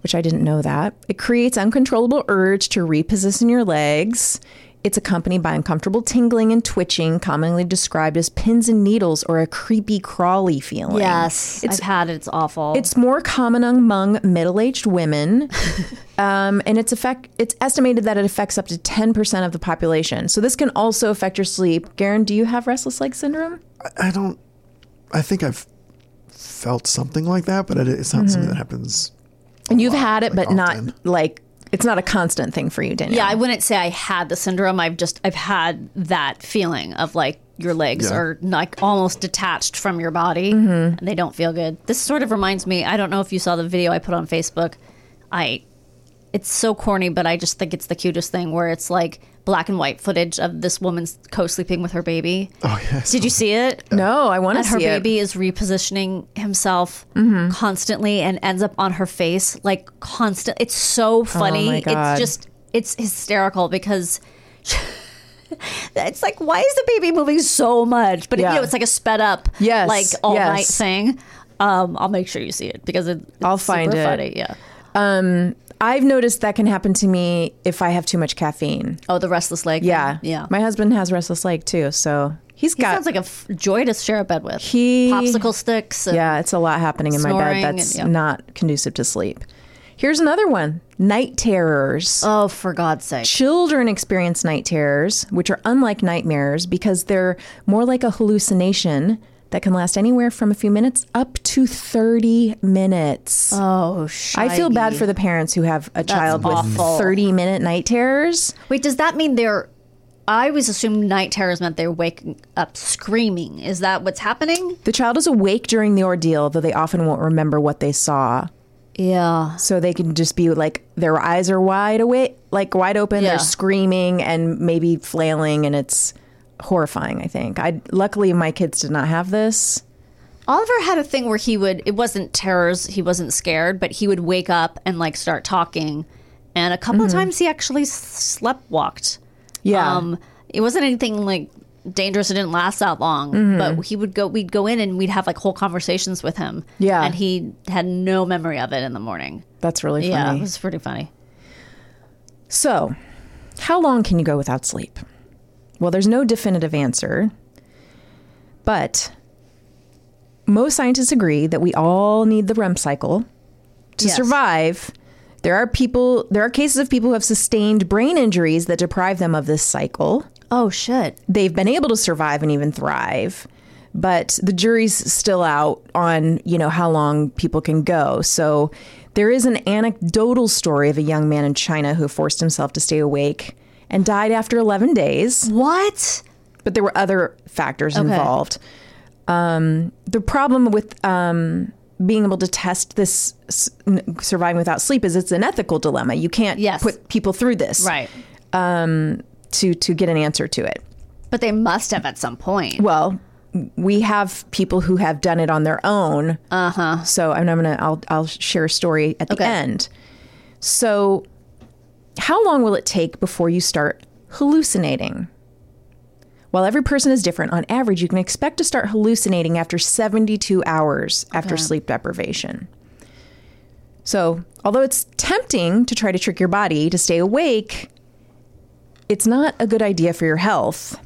A: which I didn't know that. It creates uncontrollable urge to reposition your legs. It's accompanied by uncomfortable tingling and twitching, commonly described as pins and needles or a creepy crawly feeling.
B: Yes,
A: It's
B: I've had it. It's awful.
A: it's more common among middle-aged women, um, and it's affect. It's estimated that it affects up to ten percent of the population. So this can also affect your sleep. Garen, do you have restless leg syndrome?
D: I don't.
B: Mm-hmm.
D: I think I've felt something like that, but it, it's not something that happens
B: Oh,
A: And you've had it, but not like it's not a constant thing for you, Danielle.
B: Yeah, I wouldn't say I had the syndrome. I've just I've had that feeling of like your legs
A: Yeah.
B: are like almost detached from your body and they don't feel good. This sort of reminds me, I don't know if you saw the video I put on Facebook. I it's so corny, but I just think it's the cutest thing where it's like black and white footage of this woman co-sleeping with her baby.
D: Oh yeah.
B: Did you see it?
A: No, I want to
B: And her
A: see it. Mm-hmm.
B: baby is repositioning himself constantly and ends up on her face like constant. It's so funny.
A: Oh my God.
B: It's just it's hysterical because it's like why is the baby moving so much? But
A: Yeah.
B: you know, it's like a sped up
A: Yes,
B: like all night
A: yes.
B: thing. Um, I'll make sure you see it because it, it's
A: I'll find
B: super
A: it.
B: funny. Yeah.
A: Um, I've noticed that can happen to me if I have too much caffeine.
B: Oh, the restless leg.
A: Yeah,
B: thing? Yeah.
A: My husband has restless leg too, so he's
B: he
A: got
B: sounds like a f- joy to share a bed with.
A: He
B: popsicle sticks. And,
A: yeah, it's a lot happening in my
B: snoring
A: bed
B: and-
A: that's
B: yeah.
A: not conducive to sleep. Here's another one night terrors.
B: Oh, for God's sake.
A: Children experience night terrors, which are unlike nightmares because they're more like a hallucination that can last anywhere from a few minutes up to 30 minutes.
B: Oh,
A: I feel bad
B: shiny.
A: for the parents who have a child
B: awful.
A: with 30 minute night terrors.
B: Wait, does that mean they're? I always assumed night terrors meant they're waking up screaming. Is that what's happening?
A: The child is awake during the ordeal, though they often won't remember what they saw.
B: Yeah.
A: So they can just be like, their eyes are wide awake, like wide open.
B: Yeah.
A: They're screaming and maybe flailing, and it's horrifying. I think. I luckily my kids did not have this.
B: Oliver had a thing where he would. It wasn't terrors. He wasn't scared, but he would wake up and like start talking. And a couple of times he actually slept walked.
A: Yeah.
B: Um, it wasn't anything like dangerous. It didn't last that long. But he would go. We'd go in and we'd have like whole conversations with him.
A: Yeah.
B: And he had no memory of it in the morning.
A: That's really
B: Yeah,
A: funny.
B: it was pretty funny.
A: So, how long can you go without sleep? Well, there's no definitive answer, but most scientists agree that we all need the REM cycle to
B: Yes.
A: survive. There are people, there are cases of people who have sustained brain injuries that deprive them of this cycle.
B: Oh shit.
A: They've been able to survive and even thrive, but the jury's still out on, you know, how long people can go. So there is an anecdotal story of a young man in China who forced himself to stay awake and died after 11 days
B: What?
A: but there were other factors involved. Um, the problem with um, being able to test this s- n- surviving without sleep is it's an ethical dilemma. You can't
B: Yes.
A: put people through this
B: Right.
A: um, to to get an answer to it.
B: But they must have at some point.
A: Well, we have people who have done it on their own. Uh huh. So I'm, I'm gonna I'll I'll share a story at the
B: Okay.
A: end. So, how long will it take before you start hallucinating? While every person is different, on average, you can expect to start hallucinating after 72 hours after sleep deprivation. So, although it's tempting to try to trick your body to stay awake, it's not a good idea for your health.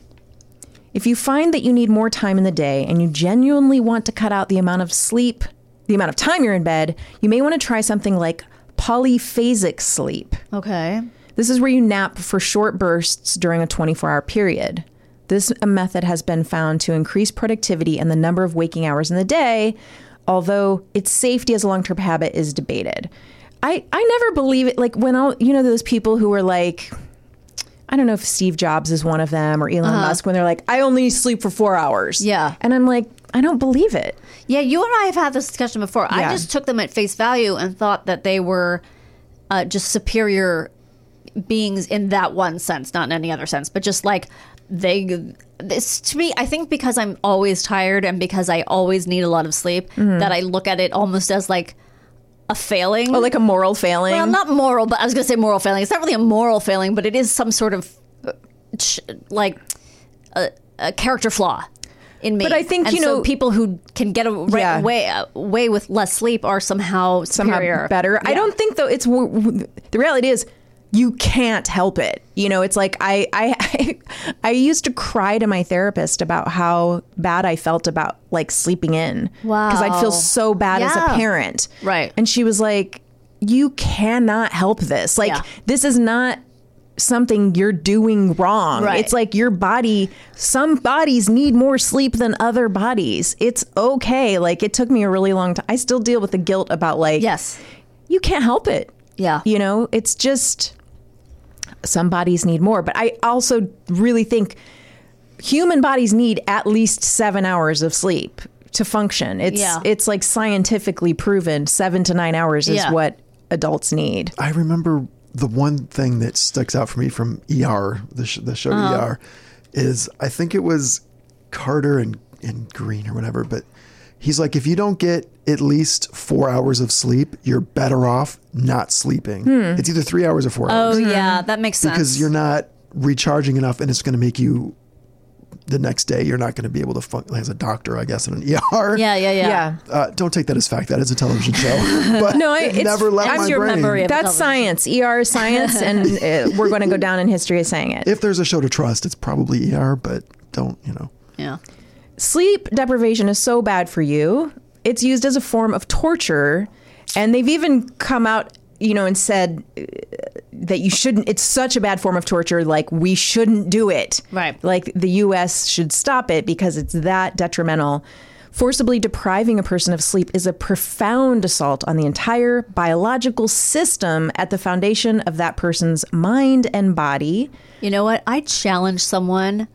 A: If you find that you need more time in the day and you genuinely want to cut out the amount of sleep, the amount of time you're in bed, you may want to try something like polyphasic sleep.
B: Okay.
A: This is where you nap for short bursts during a 24 hour period. This uh, method has been found to increase productivity and the number of waking hours in the day, although its safety as a long term habit is debated. I, I never believe it. Like, when all, you know, those people who are like, I don't know if Steve Jobs is one of them or Elon Musk, when they're like, I only sleep for four hours.
B: Yeah.
A: And I'm like, I don't believe it.
B: Yeah, you and I have had this discussion before. I
A: Yeah.
B: just took them at face value and thought that they were uh, just superior beings in that one sense, not in any other sense, but just like they. This to me, I think because I'm always tired and because I always need a lot of sleep,
A: Mm-hmm.
B: that I look at it almost as like a failing.
A: Or like a moral failing.
B: Well, not moral, but I was going to say moral failing. It's not really a moral failing, but it is some sort of uh, ch- like a, a character flaw in me.
A: But I think,
B: And
A: you
B: so
A: know-
B: people who can get a- right
A: Yeah.
B: away away with less sleep are somehow
A: somehow
B: superior.
A: better. I
B: Yeah.
A: don't think though it's w- w- the reality is you can't help it. You know, it's like I I I used to cry to my therapist about how bad I felt about like sleeping in. Cuz I'd
B: Wow.
A: feel so bad as a
B: Yeah.
A: parent.
B: Right.
A: And she was like you cannot help this. Like
B: Yeah.
A: this is not something you're doing wrong.
B: Right.
A: It's like your body, some bodies need more sleep than other bodies. It's okay. Like it took me a really long time. I still deal with the guilt about like,
B: Yes.
A: you can't help it.
B: Yeah.
A: You know, it's just some bodies need more. But I also really think human bodies need at least seven hours of sleep to function. It's
B: Yeah.
A: it's like scientifically proven seven to nine hours is
B: Yeah.
A: what adults need.
D: I remember the one thing that sticks out for me from ER, the, sh- the show
B: Uh-huh.
D: ER, is I think it was Carter and, and Green or whatever, but he's like, if you don't get at least four hours of sleep, you're better off not sleeping. It's either three hours or four
B: Hmm. Oh
D: hours
A: Mm-hmm.
B: yeah, that makes sense.
D: because you're not recharging enough and it's going to make you the next day you're not going to be able to function as a doctor i guess in an er
B: yeah, yeah, yeah,
D: uh, don't take that as fact that is a television show but
A: No,
D: it
A: it's-
D: never left
A: that's
D: my
B: your
D: brain
B: memory of-
A: That's
B: television.
A: science. ER is science, and uh, we're going to go down in history as saying it.
D: if there's a show to trust, it's probably ER, but don't, you know.
B: Yeah.
A: Sleep deprivation is so bad for you. It's used as a form of torture, and they've even come out, you know, and said uh, that you shouldn't. It's such a bad form of torture. Like we shouldn't do it.
B: Right.
A: Like the U.S. should stop it because it's that detrimental. Forcibly depriving a person of sleep is a profound assault on the entire biological system at the foundation of that person's mind and body.
B: You know what? I challenge someone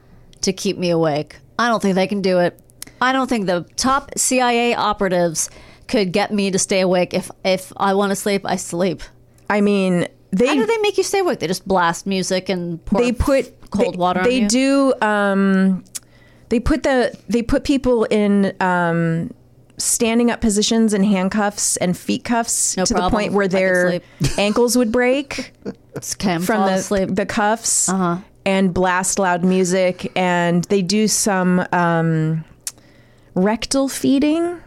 B: to keep me awake. I don't think they can do it. I don't think the top CIA operatives could get me to stay awake. If if I want to sleep, I sleep.
A: I mean, they
B: How do they make you stay awake? They just blast music and pour
A: they put
B: cold
A: they,
B: water.
A: They
B: on you?
A: do. Um, they put the they put people in um, standing up positions and handcuffs and feet cuffs
B: No
A: to the
B: problem.
A: point where
B: I can
A: their
B: sleep.
A: ankles would break
B: Can
A: from
B: fall
A: the
B: asleep. Uh-huh.
A: the cuffs and blast loud music and they do some um, rectal feeding.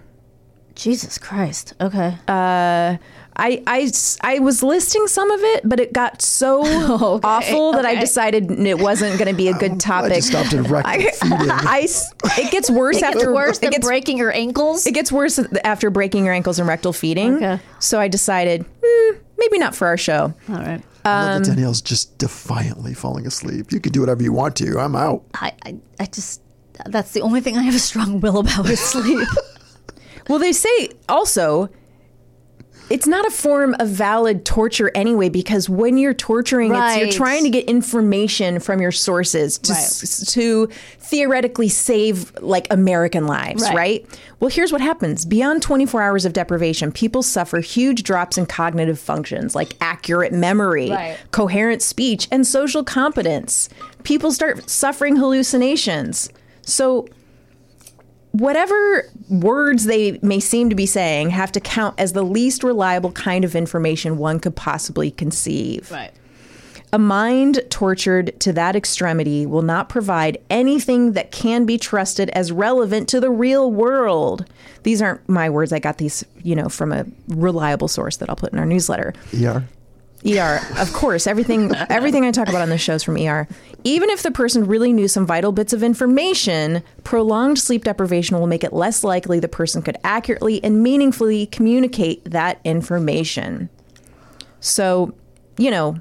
B: Jesus Christ. Okay.
A: I, I s- I was listing some of it, but it got so awful that I decided n- it wasn't going to be a good
D: I
A: topic.
D: just stopped and wrecked
A: I, I s- it gets worse
B: It's
A: after
B: worse than
A: it gets
B: breaking your ankles.
A: it gets worse after breaking your ankles and rectal feeding.
B: Okay.
A: So I decided "Hmm, maybe not for our show.
B: All right.
D: I
B: Um,
D: love that Danielle's just defiantly falling asleep. You can do whatever you want to. I'm out.
B: I, I I just that's the only thing I have a strong will about is sleep.
A: Well, they say also it's not a form of valid torture anyway because when you're torturing, it's,
B: Right.
A: you're trying to get information from your sources to s- to theoretically save like American lives,
B: Right.
A: right. Well, here's what happens: beyond 24 hours of deprivation, people suffer huge drops in cognitive functions like accurate memory,
B: Right.
A: coherent speech, and social competence. People start suffering hallucinations. So whatever words they may seem to be saying have to count as the least reliable kind of information one could possibly conceive.
B: right.
A: A mind tortured to that extremity will not provide anything that can be trusted as relevant to the real world. These aren't my words. I got these, you know, from a reliable source that I'll put in our newsletter.
D: ER.
A: ER, of course. Everything everything I talk about on this show is from ER. Even if the person really knew some vital bits of information, prolonged sleep deprivation will make it less likely the person could accurately and meaningfully communicate that information. So, you know,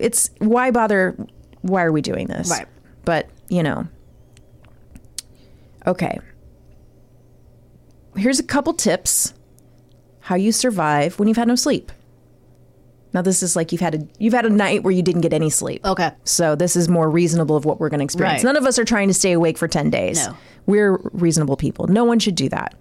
A: it's why bother why are we doing this?
B: Right.
A: But, you know. Okay. Here's a couple tips how you survive when you've had no sleep. Now this is like you've had a you've had a night where you didn't get any sleep.
B: Okay.
A: So this is more reasonable of what we're going to experience.
B: Right.
A: None of us are trying to stay awake for 10 days.
B: No.
A: We're reasonable people. No one should do that.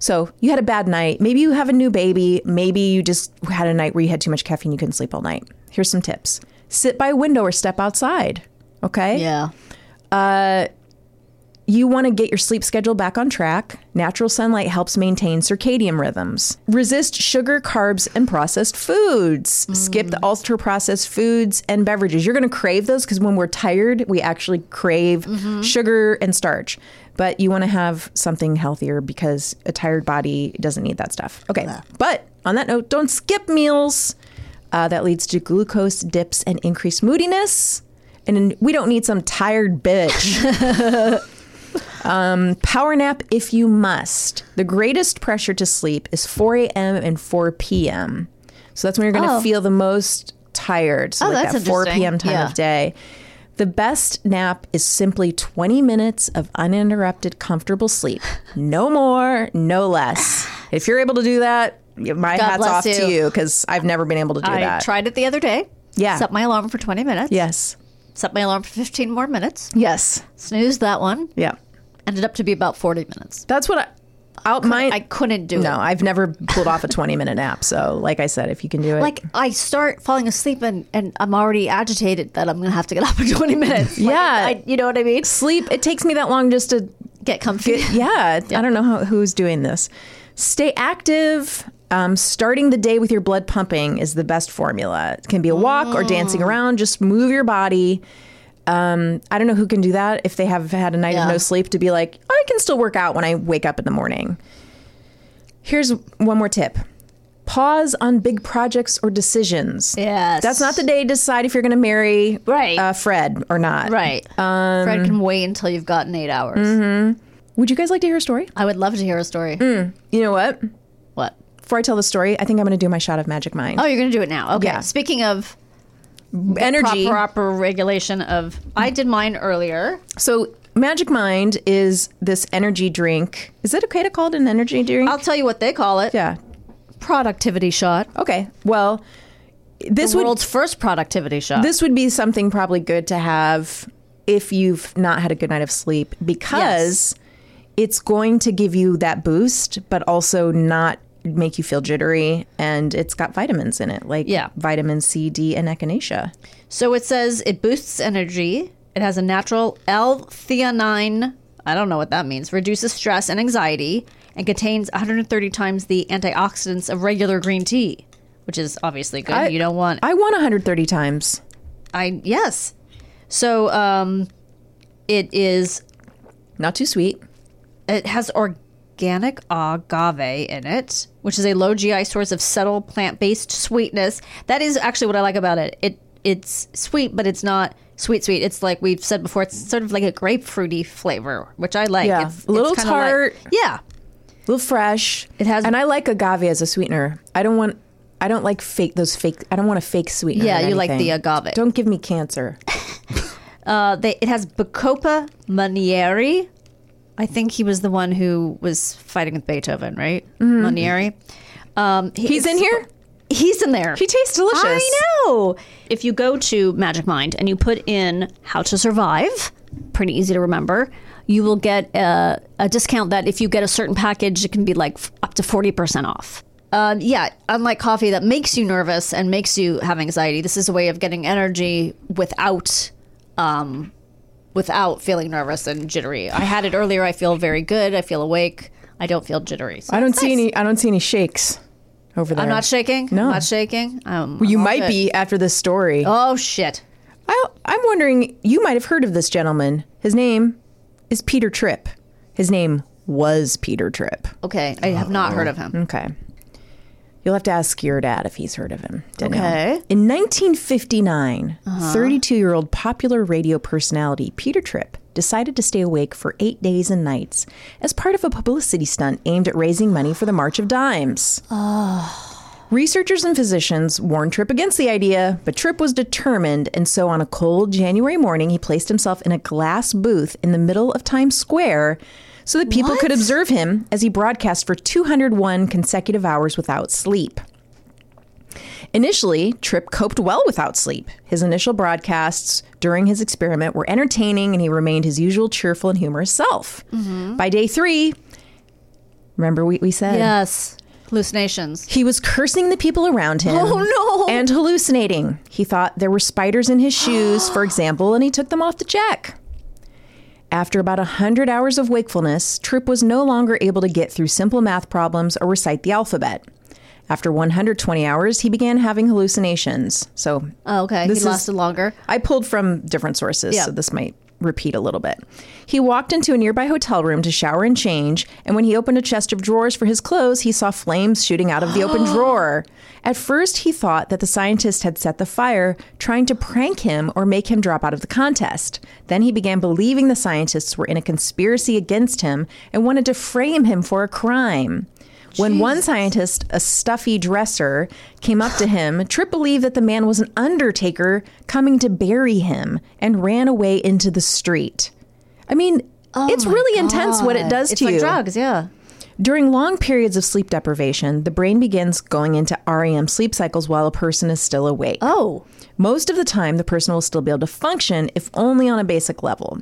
A: So you had a bad night. Maybe you have a new baby. Maybe you just had a night where you had too much caffeine. You couldn't sleep all night. Here's some tips. Sit by a window or step outside. Okay
B: Yeah.
A: you want to get your sleep schedule back on track. Natural sunlight helps maintain circadian rhythms. Resist sugar, carbs, and processed foods. Skip the ultra processed foods and beverages. You're going to crave those because when we're tired, we actually crave sugar and starch. But you want to have something healthier because a tired body doesn't need that stuff. Okay. But on that note, don't skip meals. Uh, that leads to glucose dips and increased moodiness. And we don't need some tired bitch Um, power nap if you must. The greatest pressure to sleep is 4 a.m. and 4 p.m. So that's when you're going to
B: Oh.
A: feel the most tired. So
B: Oh,
A: like
B: that's
A: that 4
B: interesting.
A: p.m. time
B: Yeah.
A: of day. The best nap is simply 20 minutes of uninterrupted, comfortable sleep. No more, no less. If you're able to do that, my
B: God
A: hat's
B: bless
A: off
B: you.
A: to you because I've never been able to do
B: I
A: that.
B: tried it the other day.
A: Yeah.
B: Set my alarm for 20 minutes.
A: Yes.
B: Set my alarm for 15 more minutes.
A: Yes.
B: Snoozed that one.
A: Yeah.
B: Ended up to be about 40 minutes.
A: That's what I. Out my,
B: I couldn't do
A: no,
B: it.
A: I've never pulled off a 20 minute nap. So, like I said, if you can do it,
B: Like I start falling asleep and, and I'm already agitated that I'm gonna have to get up in 20 minutes. Like,
A: Yeah.
B: I, you know what I mean?
A: sleep, it takes me that long just to
B: Get comfy.
A: yeah, I don't know how, who's doing this. Stay active. Um, starting the day with your blood pumping is the best formula. It can be a walk or
B: Mm.
A: dancing around. Just move your body. Um, I don't know who can do that if they have had a night of
B: Yeah.
A: no sleep to be like, I can still work out when I wake up in the morning. Here's one more tip. Pause on big projects or decisions.
B: Yes.
A: That's not the day to decide if you're going to marry
B: Right.
A: uh, Fred or not.
B: right.
A: Um,
B: Fred can wait until you've gotten eight hours.
A: Mm-hmm. Would you guys like to hear a story?
B: I would love to hear a story.
A: Mm. You know what?
B: What?
A: Before I tell the story, I think I'm going to do my shot of Magic Mind.
B: Oh, you're gonna do it now. Okay.
A: Yeah.
B: Speaking of
A: energy.
B: proper proper regulation of, I did mine earlier.
A: So Magic Mind is this energy drink. Is it okay to call it an energy drink?
B: I'll tell you what they call it.
A: yeah.
B: Productivity shot.
A: Okay. Well, this
B: The
A: would
B: world's first productivity shot.
A: this would be something probably good to have if you've not had a good night of sleep because it's going to give you that boost, but also not make you feel jittery and it's got vitamins in it like
B: Yeah.
A: vitamin c d and echinacea
B: So it says it boosts energy. It has a natural L-theanine. I don't know what that means. Reduces stress and anxiety, and contains 130 times the antioxidants of regular green tea, which is obviously good. you don't want. I,
A: i won 130 times
B: yes. So um, it is.
A: not too sweet
B: It has organic agave in it, which is a low GI source of subtle plant-based sweetness. That is actually what I like about it. It it's sweet, but it's not sweet sweet. It's like we've said before. It's sort of like a grapefruity flavor, which I like.
A: Yeah.
B: it's,
A: A little
B: it's kinda like-
A: tart.
B: yeah,
A: a little fresh.
B: It has-
A: and I like agave as a sweetener. I don't want, I don't like fake those fake. I don't want a fake sweetener.
B: Yeah,
A: in
B: you like the
A: anything.
B: agave.
A: Don't give me cancer.
B: uh, they, it has Bacopa Manieri. I think he was the one who was fighting with Beethoven, right? Manieri. Um, he-
A: Mm-hmm. He's in here.
B: He's in there.
A: He tastes delicious.
B: I know. If you go to Magic Mind and you put in how to survive, pretty easy to remember, you will get a, a discount that if you get a certain package, it can be like f- up to 40% off. Um, yeah, unlike coffee that makes you nervous and makes you have anxiety, this is a way of getting energy without. Um, without feeling nervous and jittery. I had it earlier. I feel very good. I feel awake. I don't feel jittery. So
A: I don't
B: it's
A: see
B: nice.
A: any. I don't see any shakes over there.
B: I'm not shaking.
A: No.
B: I'm not shaking. Um,
A: You
B: I'm all
A: might
B: good.
A: be after this story.
B: Oh shit.
A: I, I'm wondering. You might have heard of this gentleman. His name is Peter Tripp. His name was Peter Tripp.
B: Okay, I have not heard of him.
A: Okay. You'll have to ask your dad if he's heard of him. Danielle.
B: Okay.
A: In 1959, 32 year old popular radio personality Peter Tripp decided to stay awake for eight days and nights as part of a publicity stunt aimed at raising money for the March of Dimes. Researchers and physicians warned Tripp against the idea, but Tripp was determined, and so on a cold January morning, he placed himself in a glass booth in the middle of Times Square so that people could observe him as he broadcast for 201 consecutive hours without sleep. Initially, Tripp coped well without sleep. His initial broadcasts during his experiment were entertaining, and he remained his usual cheerful and humorous self. By day three, remember we, we said
B: Yes, hallucinations.
A: he was cursing the people around him.
B: Oh, no.
A: And hallucinating. He thought there were spiders in his shoes, for example, and he took them off to check. After about a 100 hours of wakefulness, Troop was no longer able to get through simple math problems or recite the alphabet. After 120 hours, he began having hallucinations. So,
B: Oh, okay,
A: This
B: he
A: is-
B: lasted longer.
A: I pulled from different sources,
B: Yeah.
A: so this might repeat a little bit. He walked into a nearby hotel room to shower and change, and when he opened a chest of drawers for his clothes, he saw flames shooting out of the open drawer. At first, he thought that the scientist had set the fire, trying to prank him or make him drop out of the contest. Then he began believing the scientists were in a conspiracy against him and wanted to frame him for a crime. When one scientist, a stuffy dresser, came up to him, Tripp believed that the man was an undertaker coming to bury him and ran away into the street. I mean, it's really intense what it does
B: Oh it's
A: to
B: like
A: you.
B: drugs. Yeah,
A: During long periods of sleep deprivation, the brain begins going into REM sleep cycles while a person is still awake.
B: Oh.
A: Most of the time, the person will still be able to function, if only on a basic level.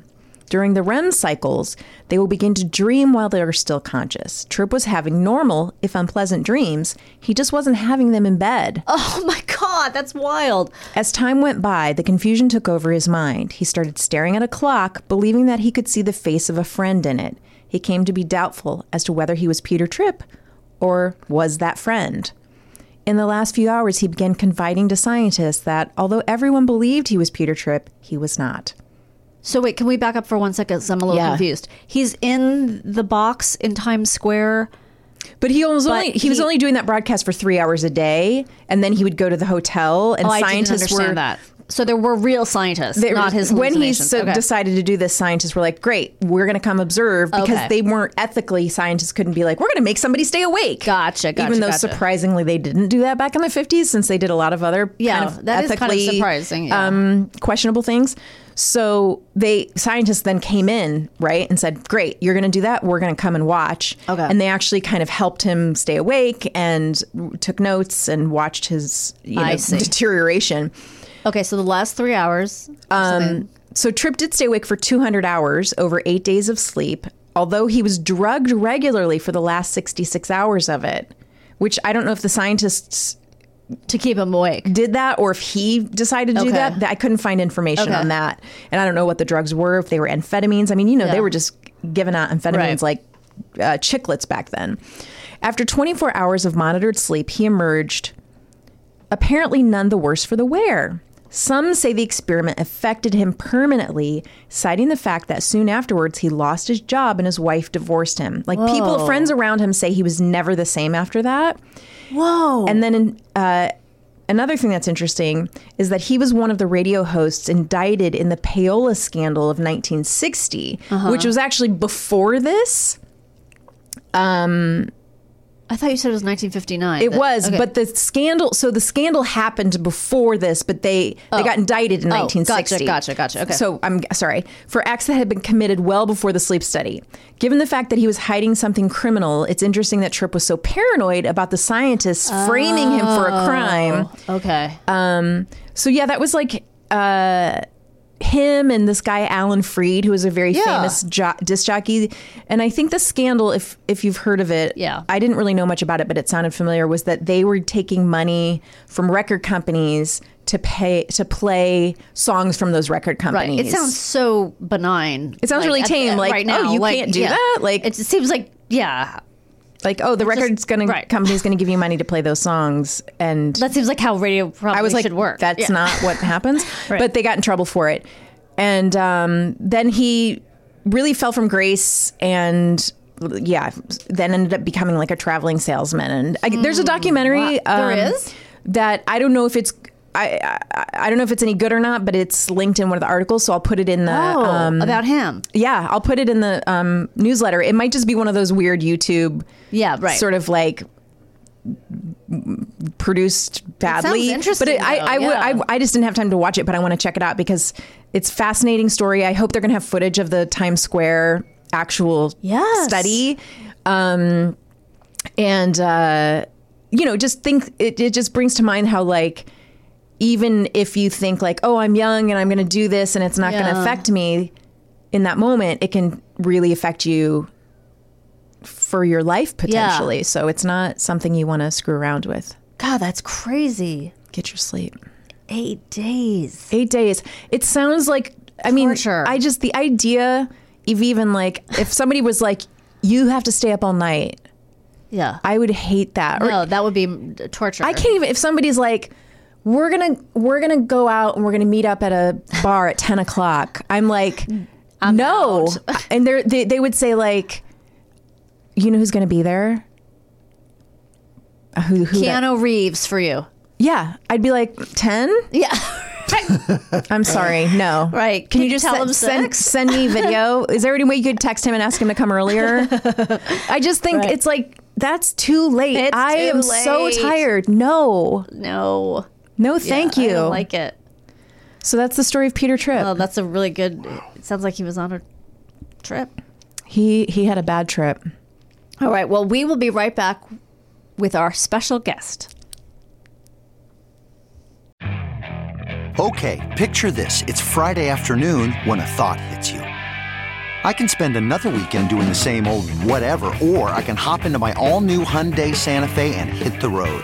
A: During the REM cycles, they will begin to dream while they are still conscious. Tripp was having normal, if unpleasant, dreams. He just wasn't having them in bed.
B: Oh my God, that's wild.
A: As time went by, the confusion took over his mind. He started staring at a clock, believing that he could see the face of a friend in it. He came to be doubtful as to whether he was Peter Tripp or was that friend. In the last few hours, he began confiding to scientists that although everyone believed he was Peter Tripp, he was not.
B: So wait, can we back up for one second? 'Cause I'm a little
A: Yeah.
B: confused. He's in the box in Times Square.
A: But he was only he, was only doing that broadcast for three hours a day, and then he would go to the hotel. And
B: oh, I didn't
A: scientists
B: understand
A: were
B: that. So there were real scientists,
A: they-
B: not his
A: when he
B: hallucinations.
A: so
B: Okay.
A: decided to do this. Scientists were like, "Great, we're going to come observe," because
B: Okay.
A: they weren't ethically. Scientists couldn't be like, "We're going to make somebody stay awake."
B: Gotcha, gotcha,
A: Even though
B: gotcha.
A: surprisingly they didn't do that back in the fifties, since they did a lot of other
B: Yeah,
A: kind of
B: that is kind of
A: ethically
B: surprising, yeah.
A: um, questionable things. So they scientists then came in right and said, "Great, you're going to do that. We're going to come and watch."
B: Okay.
A: and they actually kind of helped him stay awake and took notes and watched his you
B: I
A: know,
B: see.
A: deterioration.
B: okay, so the last three hours. Um,
A: So Tripp did stay awake for 200 hours over eight days of sleep, although he was drugged regularly for the last 66 hours of it, which I don't know if the scientists
B: to keep him awake.
A: did that or if he decided to do
B: Okay.
A: that. That- I couldn't find information
B: Okay.
A: on that. And I don't know what the drugs were, if they were amphetamines. I mean, you know,
B: Yeah.
A: they were just giving out amphetamines
B: Right.
A: like uh, chiclets back then. After 24 hours of monitored sleep, he emerged apparently none the worse for the wear. Some say the experiment affected him permanently, citing the fact that soon afterwards he lost his job and his wife divorced him. Like people, friends around him say he was never the same after that.
B: Whoa.
A: And then in, uh, another thing that's interesting is that he was one of the radio hosts indicted in the Paola scandal of 1960,
B: Uh-huh.
A: which was actually before this.
B: I thought you said it was 1959.
A: It
B: That-
A: was,
B: okay.
A: but the scandal. So the scandal happened before this, but they they got indicted in
B: Oh,
A: 1960.
B: gotcha, gotcha, gotcha, okay.
A: So I'm sorry for acts that had been committed well before the sleep study. Given the fact that he was hiding something criminal, it's interesting that Tripp was so paranoid about the scientists framing him for a
B: Oh.
A: crime.
B: okay.
A: So yeah, that was like uh, him and this guy Alan Freed, who was a very
B: Yeah.
A: famous jo- disc jockey. And I think the scandal, if if you've heard of it,
B: Yeah.
A: I didn't really know much about it, but it sounded familiar. Was that they were taking money from record companies to pay to play songs from those record
B: right.
A: companies?
B: It sounds so benign.
A: It sounds really
B: at the-
A: tame, like,
B: right
A: oh,
B: now,
A: you
B: like,
A: can't do
B: yeah.
A: that? Like-
B: it just seems like yeah.
A: like oh, the record's gonna
B: right.
A: company's gonna give you money to play those songs, and
B: That seems like how radio probably
A: I was like,
B: should work.
A: that's
B: Yeah.
A: not what happens. But they got in trouble for it. And um, then he really fell from grace and yeah, then ended up becoming like a traveling salesman. And I, there's a documentary.
B: Wow. Hmm. There
A: um,
B: is?
A: That I don't know if it's. I, I I don't know if it's any good or not, but it's linked in one of the articles, so I'll put it in the
B: Oh,
A: um,
B: about him.
A: yeah, I'll put it in the um, newsletter. It might just be one of those weird YouTube
B: Yeah, right.
A: sort of like produced badly.
B: interesting,
A: But it, I,
B: though,
A: I, would-
B: yeah.
A: I, I just didn't have time to watch it, but I want to check it out because it's fascinating story. I hope they're going to have footage of the Times Square actual
B: Yes.
A: study. Um, and, uh, you know, just think it, it just brings to mind how like, even if you think like, oh, I'm young and I'm going to do this and it's not going to
B: Yeah.
A: affect me in that moment, it can really affect you for your life potentially. So it's not something you want to screw around with.
B: God, that's crazy.
A: Get your sleep.
B: Eight days.
A: Eight days. It sounds like, I mean,
B: Torture.
A: I just, the idea of even like, if somebody was like, you have to stay up all night,
B: Yeah.
A: I would hate that. Or
B: no, that would be mm, torture.
A: I can't even, if somebody's like, we're gonna we're gonna go out and we're gonna meet up at a bar at ten o'clock. I'm like, no, and they're, they they would say like, you know who's gonna be there? Uh, Who, who that-
B: Keanu Reeves for you.
A: Yeah, I'd be like ten.
B: Yeah.
A: I'm sorry, no.
B: Right.
A: Can, you just
B: tell
A: se-
B: him
A: send,
B: six?
A: send me video? Is there any way you could text him and ask him to come earlier? I just think it's like that's too late.
B: It's
A: I
B: too
A: am so
B: late.
A: tired. No,
B: No.
A: no, thank
B: Yeah,
A: you.
B: I don't like it.
A: so that's the story of Peter Tripp.
B: Oh, that's a really good. It sounds like he was on a trip.
A: he he had a bad trip.
B: All right. Well, we will be right back with our special guest.
F: Okay, picture this. It's Friday afternoon when a thought hits you. I can spend another weekend doing the same old whatever, or I can hop into my all new Hyundai Santa Fe and hit the road.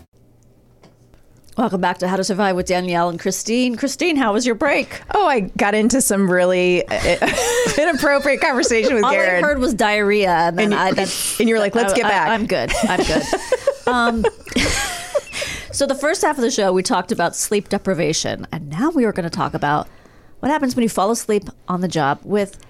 B: Welcome back to How to Survive with Danielle and Christine. Christine, how was your break?
A: Oh, I got into some really uh, inappropriate conversation with
B: All
A: Garrett.
B: I heard was diarrhea, and then
A: And you-
B: I, that's,
A: and you were like, "Let's
B: I-
A: get
B: I-
A: back."
B: I'm good. I'm good. um, so the first half of the show, we talked about sleep deprivation, and now we are going to talk about what happens when you fall asleep on the job with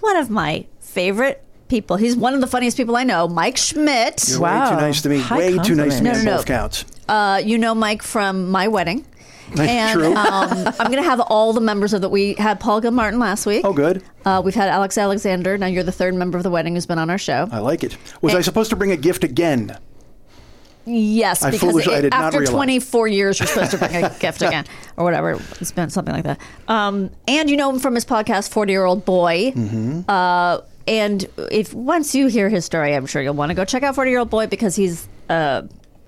B: one of my favorite people. He's one of the funniest people I know, Mike Schmidt.
G: You're way too nice to me. way too nice to me on both counts.
B: Uh, you know Mike from my wedding.
G: Like,
B: And
G: true.
B: um, I'm going to have all the members of that. We had Paul Gilmartin last week.
G: Oh, good.
B: Uh, we've had Alex Alexander. Now you're the third member of the wedding who's been on our show.
G: I like it. Was I supposed to bring a gift again?
B: Yes,
G: I
B: because
G: foolish- I
B: it-
G: did not
B: after
G: realize.
B: 24 years, you're supposed to bring a gift again or whatever. It's been something like that. Um, and you know him from his podcast, 40 Year Old Boy.
G: Mm-hmm.
B: Uh, and if once you hear his story, I'm sure you'll want to go check out 40 Year Old Boy because he's uh,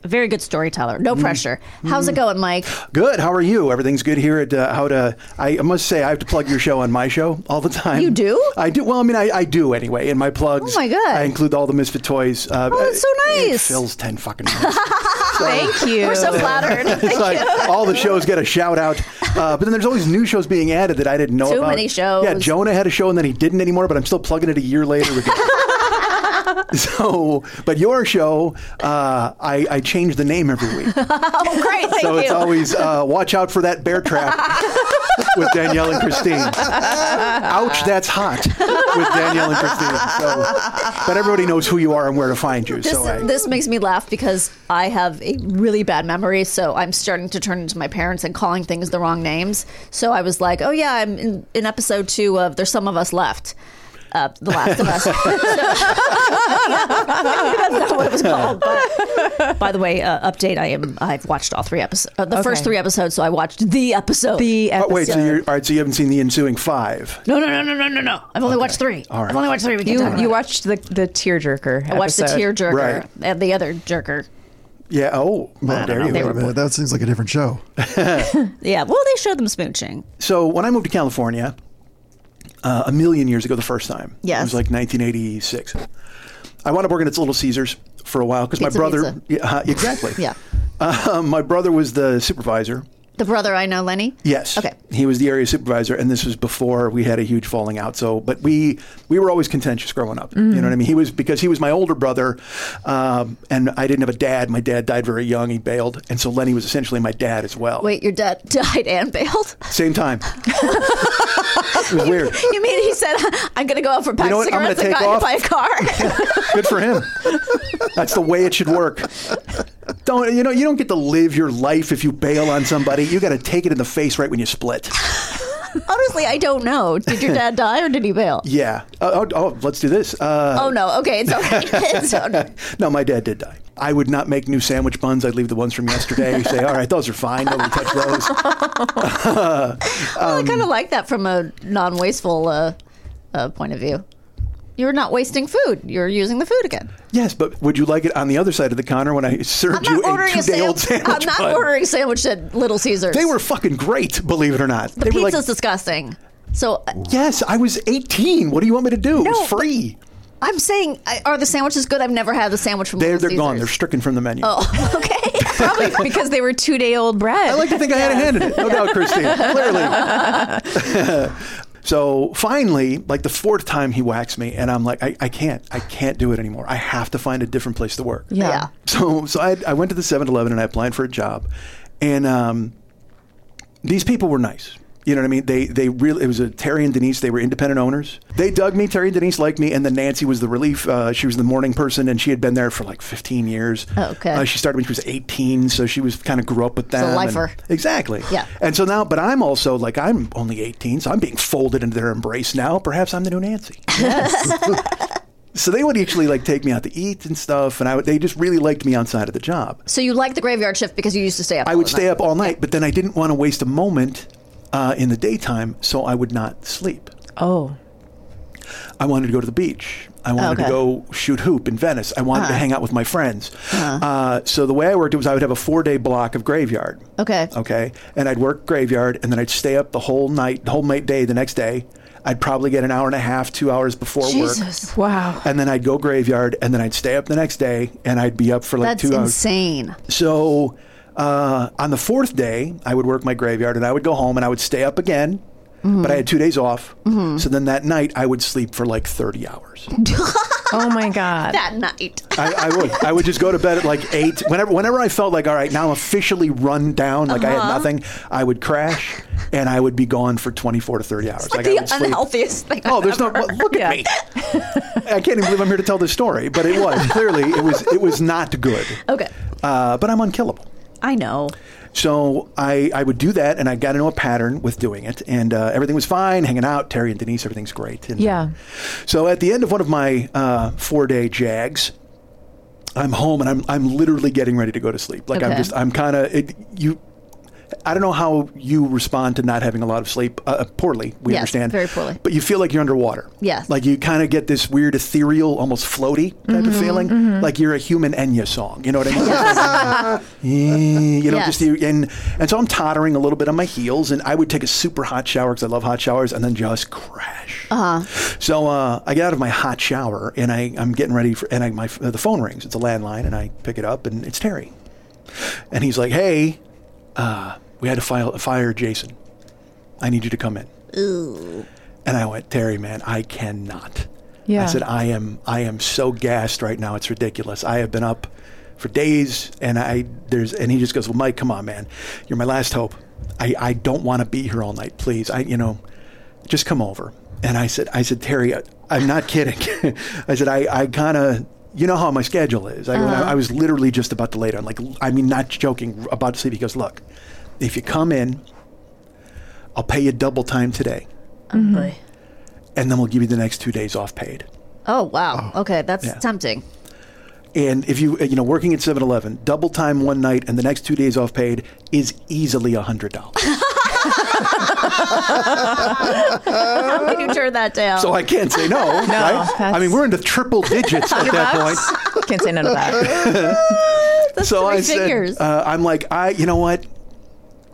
B: a very good storyteller. No
G: Mm-hmm.
B: pressure. How's it going, Mike?
G: Good. How are you? Everything's good here at uh, How to. I must say, I have to plug your show on my show all the time. You do? I do. Well, I mean, I, I do anyway. In my plugs,
B: Oh, my God.
G: I include all the Misfit toys. Uh,
B: Oh, that's so
G: It
B: nice.
G: fills ten fucking.
B: Thank you. We're so flattered.
G: it's like all the shows oh, get a shout out, uh, but then there's always new shows being added that I didn't know
B: Too
G: about.
B: many shows.
G: Yeah, Jonah had a show and then he didn't anymore, but I'm still plugging it a year later. With so, but your show, uh, I, I change the name every week,
B: oh, great. Thank
G: so
B: you.
G: it's always uh, watch out for that bear trap with Danielle and Christine. Ouch, that's hot with Danielle and Christine. So, but everybody knows who you are and where to find you.
B: This,
G: so I,
B: this makes me laugh because I have a really bad memory, so I'm starting to turn into my parents and calling things the wrong names. So I was like, "Oh yeah, I'm in, in episode two of There's Some of Us Left." Uh, the Last of Us. So- That's not what it was called. But by the way, uh, update: I am I've watched all three episodes, uh, the first
G: Okay.
B: three episodes. So I watched the episode.
G: Oh, wait,
A: uh,
G: so you're all right? So you haven't seen the ensuing five.
B: no, no, no, no, no, no, no. I've only watched three.
G: All right.
B: I've only watched three. We can
A: You
B: talk about
A: you
B: it.
A: watched the the tearjerker.
B: I watched the
A: episode.
B: tearjerker
G: Right.
B: and the other jerker.
G: Yeah. Oh,
D: Well,
B: don't know. They
D: wait
B: were
D: a minute. That seems like a different show.
B: Yeah. Well, they showed them smooching.
G: So when I moved to California, uh, a million years ago, the first time,
B: Yes.
G: it was like 1986. I wound up working at Little Caesars for a while because my
B: Pizza,
G: brother,
B: pizza.
G: Yeah, uh, exactly,
B: Yeah.
G: Uh, my brother was the supervisor.
B: The brother I know, Lenny.
G: Yes.
B: Okay.
G: He was the area supervisor, and this was before we had a huge falling out. So, but we we were always contentious growing up. You know what I mean? He was because he was my older brother, um, and I didn't have a dad. My dad died very young. He bailed, and so Lenny was essentially my dad as well.
B: Wait, your dad died and bailed?
G: Same time. it was weird.
B: You mean he said, I'm going to go out for a pack
G: You know
B: of
G: what? I'm gonna
B: cigarettes and
G: take
B: got hit
G: off.
B: by a car?
G: Good for him. That's the way it should work. Don't you know? You don't get to live your life if you bail on somebody. You got to take it in the face right when you split.
B: Honestly, I don't know. Did your dad die or did he bail?
G: Yeah. Uh, oh, oh, let's do this. Uh,
B: Oh, no. Okay. It's okay. It's okay.
G: no, my dad did die. I would not make new sandwich buns. I'd leave the ones from yesterday. Say, all right, those are fine. Nobody touch those.
B: Well,
G: Um,
B: I kind of like that from a non wasteful uh, uh, point of view. You're not wasting food. You're using the food again.
G: Yes, but would you like it on the other side of the counter when I
B: I'm
G: served
B: not
G: you a
B: ordering a
G: two-day-old
B: sandwich.
G: sandwich
B: I'm not
G: bun?
B: ordering sandwich at Little Caesars.
G: They were fucking great, believe it or not.
B: the
G: they were
B: pizza's
G: like,
B: disgusting. So uh,
G: yes, I was 18. What do you want me to do? it
B: No,
G: was
B: but-
G: free.
B: I'm saying, I- are the sandwiches good? I've never had the sandwich from
G: They're,
B: Little
G: they're gone. They're
B: Caesars.
G: stricken from the menu.
B: Oh, okay.
A: Probably because they were two day old bread.
G: I like to think I had a hand in it. No doubt, Christine. Clearly. So finally, like the fourth time he whacks me, and I'm like, I, I can't, I can't do it anymore. I have to find a different place to work.
B: Yeah. Yeah.
G: So so I, I went to the 7-Eleven and I applied for a job, and um, these people were nice. You know what I mean? They they really it was a Terry and Denise. They were independent owners. They dug me. Terry and Denise liked me, and then Nancy was the relief. Uh, she was the morning person, and she had been there for like 15 years.
B: Oh, Okay.
G: Uh, she started when she was 18, so she was kind of grew up with them. and-
B: lifer.
G: exactly.
B: Yeah.
G: And so now, but I'm also like I'm only 18, so I'm being folded into their embrace now. Perhaps I'm the new Nancy. so they would actually like take me out to eat and stuff, and I would, they just really liked me outside of the job.
B: So you like the graveyard shift because you used to stay up.
G: I
B: all
G: would
B: the
G: stay
B: night.
G: up all night, but then I didn't want to waste a moment uh, in the daytime, so I would not sleep.
A: Oh.
G: I wanted to go to the beach. I wanted
B: Okay.
G: to go shoot hoop in Venice. I wanted to
B: Uh-huh.
G: hang out with my friends. Uh, so the way I worked it was I would have a four day block of graveyard.
B: Okay.
G: Okay. And I'd work graveyard and then I'd stay up the whole night, the whole night day the next day. I'd probably get an hour and a half, two hours before work.
B: Jesus,
A: Wow.
G: And then I'd go graveyard and then I'd stay up the next day and I'd be up for like
B: that's
G: two hours.
B: insane.
G: So uh, on the fourth day, I would work my graveyard and I would go home and I would stay up again. But I had two days off. So then that night, I would sleep for like 30 hours.
A: Oh my God.
B: That night.
G: I, I would. I would just go to bed at like eight. Whenever, whenever I felt like, all right, now I'm officially run down, like I had
B: Uh-huh.
G: nothing, I would crash and I would be gone for 24 to 30 hours.
B: Like
G: I
B: the
G: would sleep-
B: unhealthiest thing.
G: Oh,
B: I've
G: there's no
B: ever
G: well, look at
A: Yeah.
G: me. I can't even believe I'm here to tell this story, but it was clearly it was it was not good.
B: Okay.
G: uh, but I'm unkillable.
B: I know.
G: So I, I would do that, and I got into a pattern with doing it, and uh, everything was fine, hanging out. Terry and Denise, everything's great. And,
A: Yeah.
G: So at the end of one of my uh, four day jags, I'm home and I'm I'm literally getting ready to go to sleep. Like I'm
B: Okay.
G: just I'm kind of it you. I don't know how you respond to not having a lot of sleep. Uh, poorly, we
B: Yes,
G: understand.
B: very poorly.
G: But you feel like you're underwater.
B: Yes.
G: Like you kind of get this weird ethereal, almost floaty type of
B: Mm-hmm,
G: feeling. Like you're a human Enya song. You know what I mean? Eh, you know,
B: Yes.
G: just you- and and so I'm tottering a little bit on my heels, and I would take a super hot shower because I love hot showers, and then just crash. Uh-huh. So uh, I get out of my hot shower, and I I'm getting ready for, and I, my the phone rings. It's a landline, and I pick it up, and it's Terry, and he's like, "Hey, uh, we had to file, fire Jason. I need you to come in." And I went, Terry, man, I cannot.
A: Yeah.
G: I said, I am, I am so gassed right now. It's ridiculous. I have been up for days, and I there's, and he just goes, well, Mike, come on, man, you're my last hope. I, I don't want to be here all night, please. I, you know, just come over. And I said, I said, Terry, I, I'm not kidding. I said, I, I kind of, you know how my schedule is. I, I, I was literally just about to lay down. Like, I mean, not joking, about to sleep. He goes, look, if you come in, I'll pay you double time today
B: Boy.
G: and then we'll give you the next two days off paid.
B: Oh wow. Okay, that's
G: Yeah.
B: tempting.
G: And if you, you know, working at 7 Eleven, double time one night and the next two days off paid is easily $100.
B: How can you turn that down?
G: so I can't say no, right? I
A: that's-
G: mean, we're into triple digits at that point.
A: Can't say none of that.
G: so
B: three
G: I said,
B: fingers.
G: uh, I'm like, I, you know what?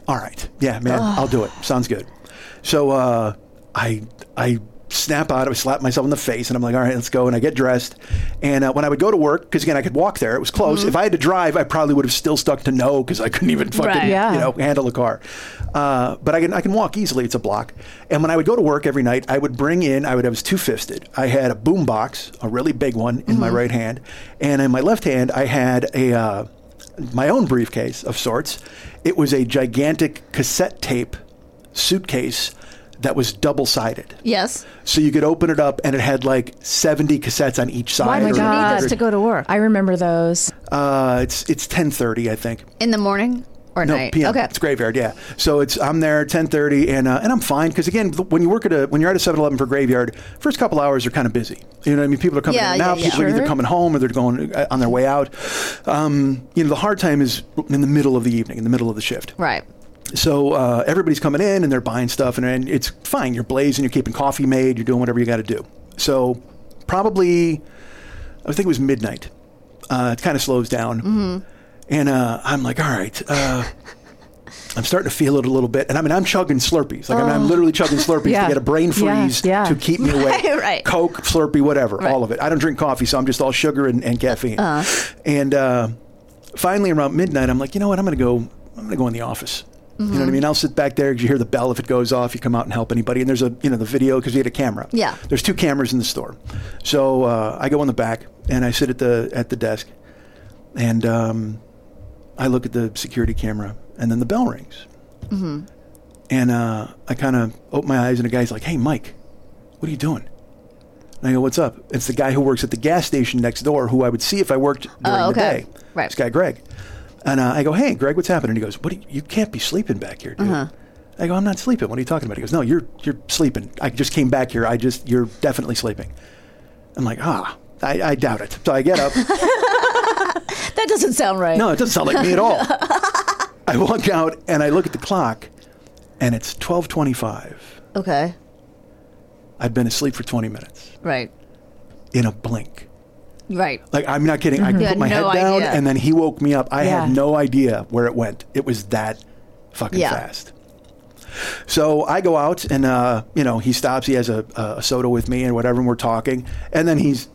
G: All right, yeah, man, I'll do it. Sounds good. So uh, I, I snap out. I slap myself in the face, and I'm like, all right, let's go. And I get dressed. And uh, when I would go to work, because again, I could walk there. It was close.
B: Mm-hmm.
G: If I had to drive, I probably would have still stuck to no because I couldn't even fucking,
B: Right.
A: Yeah.
G: you know, handle a car. Uh, but I can, I can walk easily. It's a block. And when I would go to work every night, I would bring in. I would I was two fisted. I had a boom box, a really big one, in my right hand, and in my left hand, I had a. Uh, my own briefcase of sorts. It was a gigantic cassette tape suitcase that was double sided.
B: yes.
G: So you could open it up and it had like 70 cassettes on
B: Oh
G: each side.
A: would
G: or
A: you need this
G: whatever.
A: to
B: go to work
A: I remember those.
G: Uh, it's, it's 1030, I think.
B: in the morning or
G: No,
B: night.
G: PM.
B: Okay.
G: It's graveyard, yeah. So it's I'm there 10:30 and uh, and I'm fine because again, th- when you work at a when you're at a 7-Eleven for graveyard, first couple hours are kind of busy. You know, what I mean, people are coming
B: Yeah,
G: in and
B: yeah,
G: out.
B: yeah.
G: People are either
B: Sure.
G: coming home or they're going uh, on their way out. Um, you know, the hard time is in the middle of the evening, in the middle of the shift.
B: Right.
G: So uh, everybody's coming in and they're buying stuff, and, and it's fine. You're blazing, you're keeping coffee made, you're doing whatever you got to do. So probably, I think it was midnight. Uh, it kind of slows down,
A: Mm-hmm.
G: and uh, I'm like, all right. Uh, I'm starting to feel it a little bit, and I mean, I'm chugging Slurpees. Like I mean, I'm literally chugging Slurpees
A: Oh. Yeah.
G: to get a
A: Yeah,
G: brain freeze
A: yeah.
G: to keep me awake.
B: Right, right.
G: Coke, Slurpee, whatever, all of it. I don't drink coffee, so I'm just all sugar and, and caffeine.
A: Uh-huh.
G: And uh, finally, around midnight, I'm like, you know what? I'm going to go. I'm going to go in the office. You know what I
B: Mhm.
G: mean? I'll sit back there because you hear the bell if it goes off. You come out and help anybody. And there's a, you know, the video because we had a camera.
B: Yeah.
G: There's two cameras in the store. So uh, I go in the back and I sit at the at the desk, and um, I look at the security camera, and then the bell rings,
B: hmm
G: and uh, I kind of open my eyes, and the guy's like, "Hey, Mike, what are you doing?" And I go, "What's up?" It's the guy who works at the gas station next door, who I would see if I worked during
B: Oh,
G: the
B: okay.
G: day.
B: Right.
G: This guy, Greg. And uh, I go, "Hey, Greg, what's happening?" And he goes, "What? Are you, you can't be sleeping back here, dude."
B: Uh-huh.
G: I go, I'm not sleeping. What are you talking about? He goes, No, you're you're sleeping. I just came back here. I just you're definitely sleeping. I'm like, ah, I, I doubt it. So I get up.
B: That doesn't sound right.
G: no, it doesn't sound like me at all. I walk out and I look at the clock, and it's 12:25.
B: okay.
G: I'd been asleep for 20 minutes
B: Right.
G: in a blink.
B: Right.
G: Like I'm not kidding.
B: Mhm. You
G: I
B: had
G: put my
B: no
G: head down,
B: idea.
G: and then he woke me up. I
B: Yeah.
G: had no idea where it went. It was that fucking
B: Yeah.
G: fast. So I go out, and uh, you know he stops. He has a, a soda with me and whatever, and we're talking. And then he's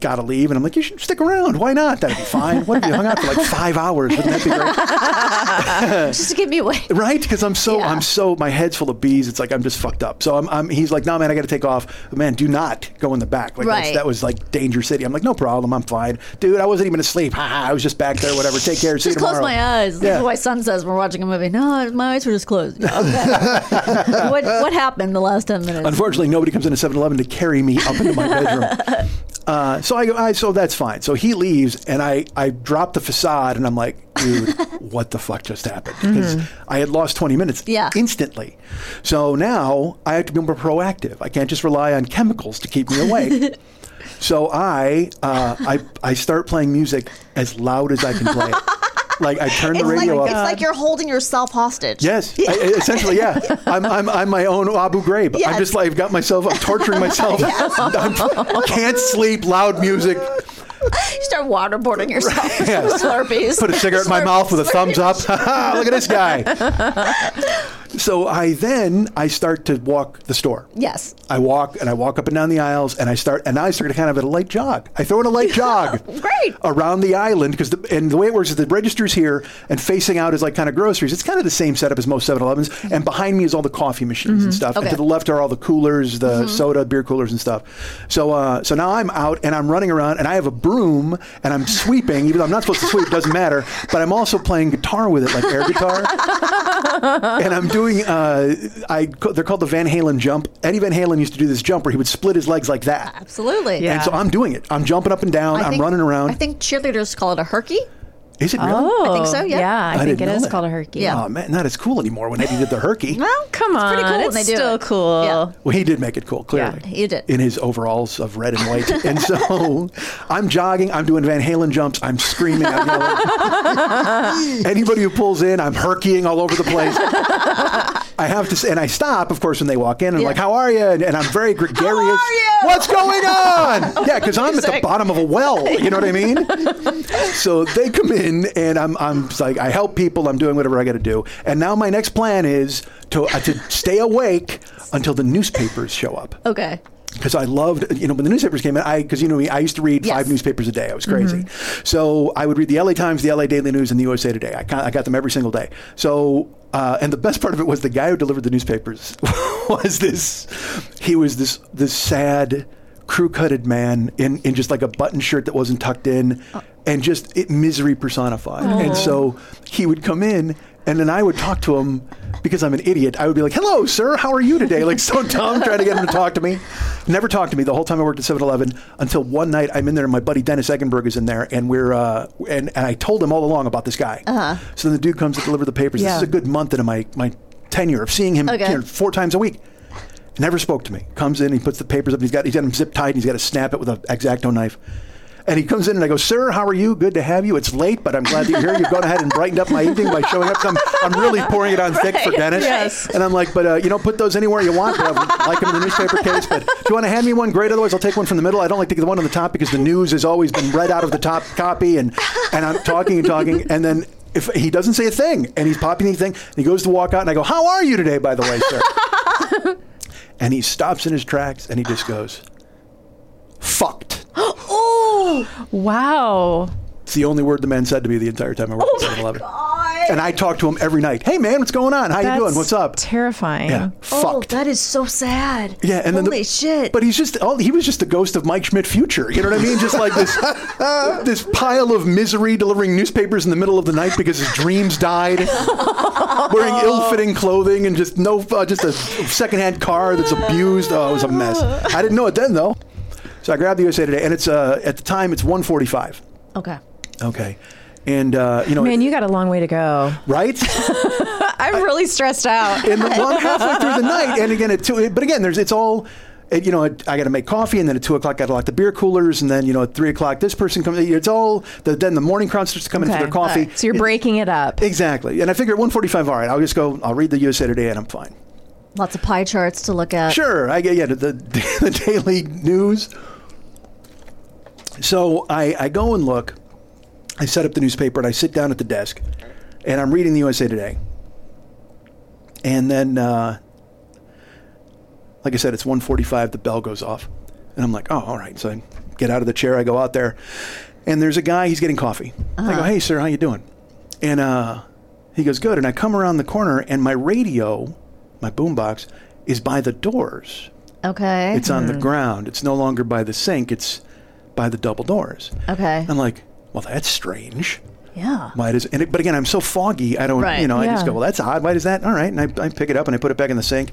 G: got to leave, and I'm like, "You should stick around. Why not? That'd be fine. what if you hung out for like five hours? Wouldn't that be great?"
B: Just to get me away.
G: Right? Because I'm so I'm so my head's full of bees. It's like I'm just fucked up. So I'm, I'm he's like, no man, I got to take off. Man, do not go in the back. Like that's,
B: Right.
G: that was like danger city. I'm like, no problem, I'm fine, dude. I wasn't even asleep. Ha ha. I was just back there. Whatever. Take care. See
B: Just
G: you
B: close
G: tomorrow.
B: my eyes. This
G: Yeah.
B: is why Son says we're watching a movie. No, my eyes were just closed. Okay. what what happened the last ten minutes?
G: Unfortunately, nobody comes into 7-Eleven to carry me up into my bedroom. Uh, so I go, I, so that's fine. So he leaves, and I, I drop the facade, and I'm like, dude, what the fuck just happened? Because
H: Mhm.
B: Mm-hmm.
G: I had lost 20 minutes
H: Yeah.
G: instantly. So now I have to be more proactive. I can't just rely on chemicals to keep me awake. so I, uh, I, I start playing music as loud as I can play it. Like I turn
B: It's
G: the
B: like,
G: radio up.
B: it's like you're holding yourself hostage.
G: Yes, I- I- essentially, yeah. I'm, I'm, I'm my own Abu Ghraib.
B: Yes.
G: I'm just like, I've got myself, I'm torturing myself. I'm- can't sleep, loud music.
B: You start waterboarding yourself. with
G: Yeah.
B: Slurpees.
G: Put a cigarette in my
B: Slurp-
G: mouth with a thumbs up.
B: Slurpees.
G: Look at this guy. So I then, I start to walk the store.
B: yes.
G: I walk and I walk up and down the aisles and I start and I start kind of at a light jog. I throw in a light jog
B: Great.
G: around the island because the, and the way it works is the register's here and facing out is like kind of groceries. It's kind of the same setup as most 7-Elevens
B: Mm-hmm.
G: and behind me is all the coffee machines and
H: Mhm.
G: stuff. And
H: Okay.
G: to the left are all the coolers, the
B: Mm-hmm.
H: Mhm.
G: soda, beer coolers and stuff. So uh, so now I'm out and I'm running around and I have a broom and I'm sweeping even though I'm not supposed to sweep, doesn't matter, but I'm also playing guitar with it like air guitar and I'm doing. Uh, I they're called the Van Halen jump. Eddie Van Halen used to do this jump where he would split his legs like that.
B: Absolutely.
G: And so I'm doing it. I'm jumping up and down.
B: I
G: I'm
B: think-
G: running around.
B: I think cheerleaders call it a herky.
G: is it really?
B: Oh,
A: Oh,
B: I think so. Yeah.
G: didn't know that.
B: Yeah.
G: Oh man, not as cool anymore when Eddie did the herky.
B: Well,
A: come
B: it's pretty
A: on,
B: cool when
A: it's
B: they do
A: still
B: it.
A: cool.
B: Yeah.
G: Well, he did make it cool, clearly.
B: Yeah, he did.
G: In his overalls of red and white. and so I'm jogging, I'm doing Van Halen jumps, I'm screaming, I'm yelling. Anybody who pulls in, I'm herkying all over the place. I have to, s- and I stop, of course, when they walk in. and I'm like, "How are you?" And, and I'm very gregarious. What's going on? yeah, because I'm at the
H: Music.
G: bottom of a well. You know what I mean? so they come in, and I'm, I'm just like, I help people. I'm doing whatever I got to do. And now my next plan is to uh, to stay awake until the newspapers show up
B: Okay.
G: because I loved, you know, when the newspapers came in, I, because you know me, I used to read five newspapers a day. I was crazy. So I would read the LA Times, the LA Daily News, and the USA Today. I, ca- I got them every single day. So, uh, and the best part of it was the guy who delivered the newspapers was this, he was this, this sad, crew cutted man in, in just like a button shirt that wasn't tucked in and just it, misery personified.
H: Aw.
G: And so he would come in and then I would talk to him because I'm an idiot. I would be like, hello, sir, how are you today? Like, so dumb, trying to get him to talk to me. Never talked to me the whole time I worked at 7 Eleven until one night I'm in there and my buddy Dennis Eggenberg is in there and we're, uh, and, and I told him all along about this guy.
H: Uh-huh.
G: So then the dude comes to deliver the papers.
H: Yeah.
G: This is a good month into my, my tenure of seeing him
H: Okay.
G: you know, four times a week. Never spoke to me. Comes in, he puts the papers up. He's got he's got them zip tied. and He's got to snap it with an exacto knife. And he comes in and I go, "Sir, how are you? Good to have you. It's late, but I'm glad that you're here. You've gone ahead and brightened up my evening by showing up. So I'm, I'm really pouring it on thick for
H: Right,
G: Dennis.
H: yes.
G: And I'm like, but uh, you know, put those anywhere you want. But I like them in the newspaper case. But do you want to hand me one? Great. Otherwise, I'll take one from the middle. I don't like to get the one on the top because the news has always been read out of the top copy. And and I'm talking and talking, and then if he doesn't say a thing, and he's popping the thing, and he goes to walk out, and I go, "How are you today, by the way, sir?" and he stops in his tracks and he just goes, "Fucked."
B: oh
A: wow!
G: It's the only word the man said to me the entire time I worked at 7-Eleven. And I talk to him every night. Hey, man, what's going on? How you doing?
A: That's
G: What's up?
A: Terrifying.
G: Yeah,
B: Oh,
G: fucked.
B: that is so sad.
G: Yeah, and then
B: holy
G: the,
B: shit.
G: But he's just oh, he was just the ghost of Mike Schmidt future. You know what I mean? Just like this this pile of misery delivering newspapers in the middle of the night because his dreams died. Wearing ill-fitting clothing and just no uh, just a secondhand car that's abused. Oh, it was a mess. I didn't know it then though. So I grabbed the USA Today and it's uh, at the time it's 145.
B: okay.
G: Okay. And uh, you know
A: Man, you got a long way to go.
G: right?
A: I'm really stressed out.
G: and the, well, I'm halfway through the night, and again at two. But again, there's it's all. It, you know, at- I got to make coffee, and then at two o'clock, I got to lock the beer coolers, and then you know, at three o'clock, this person comes. It's all the, then the morning crowd starts to come in for
A: Okay.
G: their coffee.
A: So you're
G: It-
A: breaking it up.
G: exactly. And I figure at one forty-five, all right, I'll just go. I'll read the USA Today, and I'm fine.
B: Lots of pie charts to look at.
G: Sure, I get yeah the, the, the daily news. So I, I go and look. I set up the newspaper and I sit down at the desk, and I'm reading the USA Today. And then, uh, like I said, it's 1:45. The bell goes off, and I'm like, oh, all right. So I get out of the chair. I go out there, and there's a guy. He's getting coffee. I go, hey, sir, how you doing? And uh, he goes, good. And I come around the corner, and my radio, my boombox, is by the doors.
B: Okay.
G: It's on the ground. It's no longer by the sink. It's by the double doors.
B: okay.
G: I'm like, well, that's strange.
B: yeah.
G: Why does? And it, but again, I'm so foggy. I don't.
B: Right,
G: You know, I just
A: yeah.
G: go, well, that's odd. Why does that? All right. And I, I pick it up and I put it back in the sink,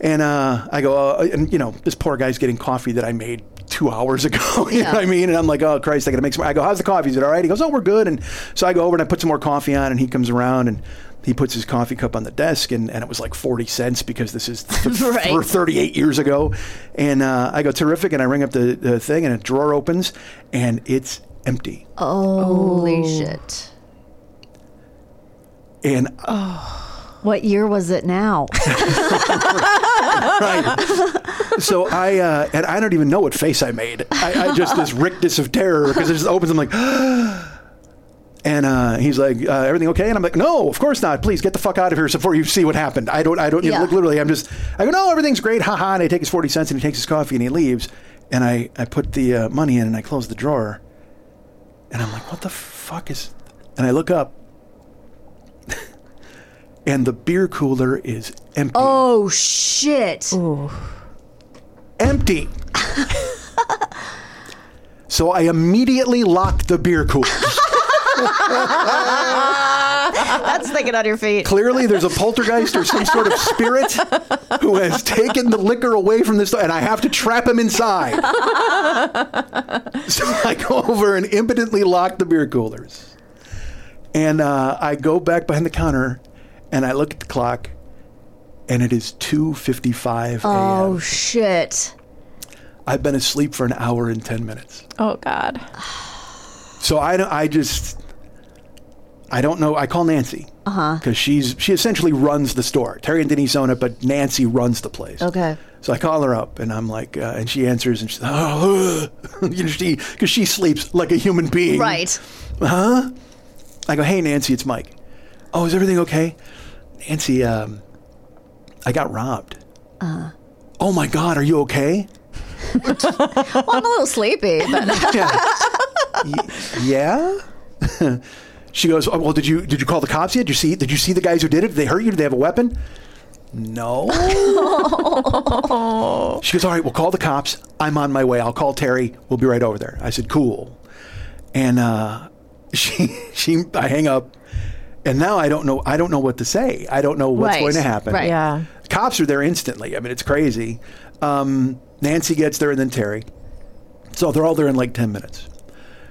G: and uh, I go, uh, and you know, this poor guy's getting coffee that I made two hours ago. you know
B: Yeah.
G: what I mean? And I'm like, oh Christ, I got to make some. I go, how's the coffee? Is it all right? He goes, oh, we're good. And so I go over and I put some more coffee on, and he comes around and. He puts his coffee cup on the desk, and, and it was like 40 cents because this is th-
B: Right.
G: th- 38 years ago. And uh, I go, terrific. And I ring up the, the thing, and a drawer opens, and it's empty.
B: Oh. Holy shit.
G: And
B: What year was it now?
G: right. So I uh, and I don't even know what face I made. I, I just this rictus of terror because it just opens. I'm like, and uh, he's like, uh, everything okay? And I'm like, no, of course not. Please get the fuck out of here before you see what happened. I don't. I don't.
B: Yeah.
G: Look, literally, I'm just. I go, no, everything's great. Ha ha. And I take his forty cents and he takes his coffee and he leaves. And I I put the uh, money in and I close the drawer. And I'm like, what the fuck is? And I look up. And the beer cooler is empty.
B: oh shit.
G: empty. so I immediately locked the beer cooler.
A: That's thinking on your feet.
G: Clearly, there's a poltergeist or some sort of spirit who has taken the liquor away from this, and I have to trap him inside. so I go over and impotently lock the beer coolers. And uh, I go back behind the counter, and I look at the clock, and it is 2.55 a.m.
B: Oh shit.
G: I've been asleep for an hour and 10 minutes.
A: Oh God.
G: So I, don't- I just, I don't know. I call Nancy
B: Uh-huh.
G: because she's she essentially runs the store. Terry and Denise own it, but Nancy runs the place.
B: Okay.
G: So I call her up and I'm like, uh, and she answers and she's, oh, you know, she because she sleeps like a human being.
B: Right.
G: Huh? I go, hey Nancy, it's Mike. Oh, is everything okay? Nancy, um, I got robbed.
B: Uh-huh.
G: Oh my God, are you okay?
B: Well, I'm a little sleepy, but
G: yeah. Y- yeah? she goes, oh, "Well, did you did you call the cops yet? Did you see did you see the guys who did it? Did they hurt you? Did they have a weapon?" No. she goes, "All right, we'll call the cops. I'm on my way. I'll call Terry. We'll be right over there." I said, "Cool." And uh, she she I hang up. And now I don't know I don't know what to say. I don't know what's
B: Right,
G: going to happen.
B: right.
A: Yeah.
G: Cops are there instantly. I mean, it's crazy. Um, Nancy gets there and then Terry. So they're all there in like 10 minutes.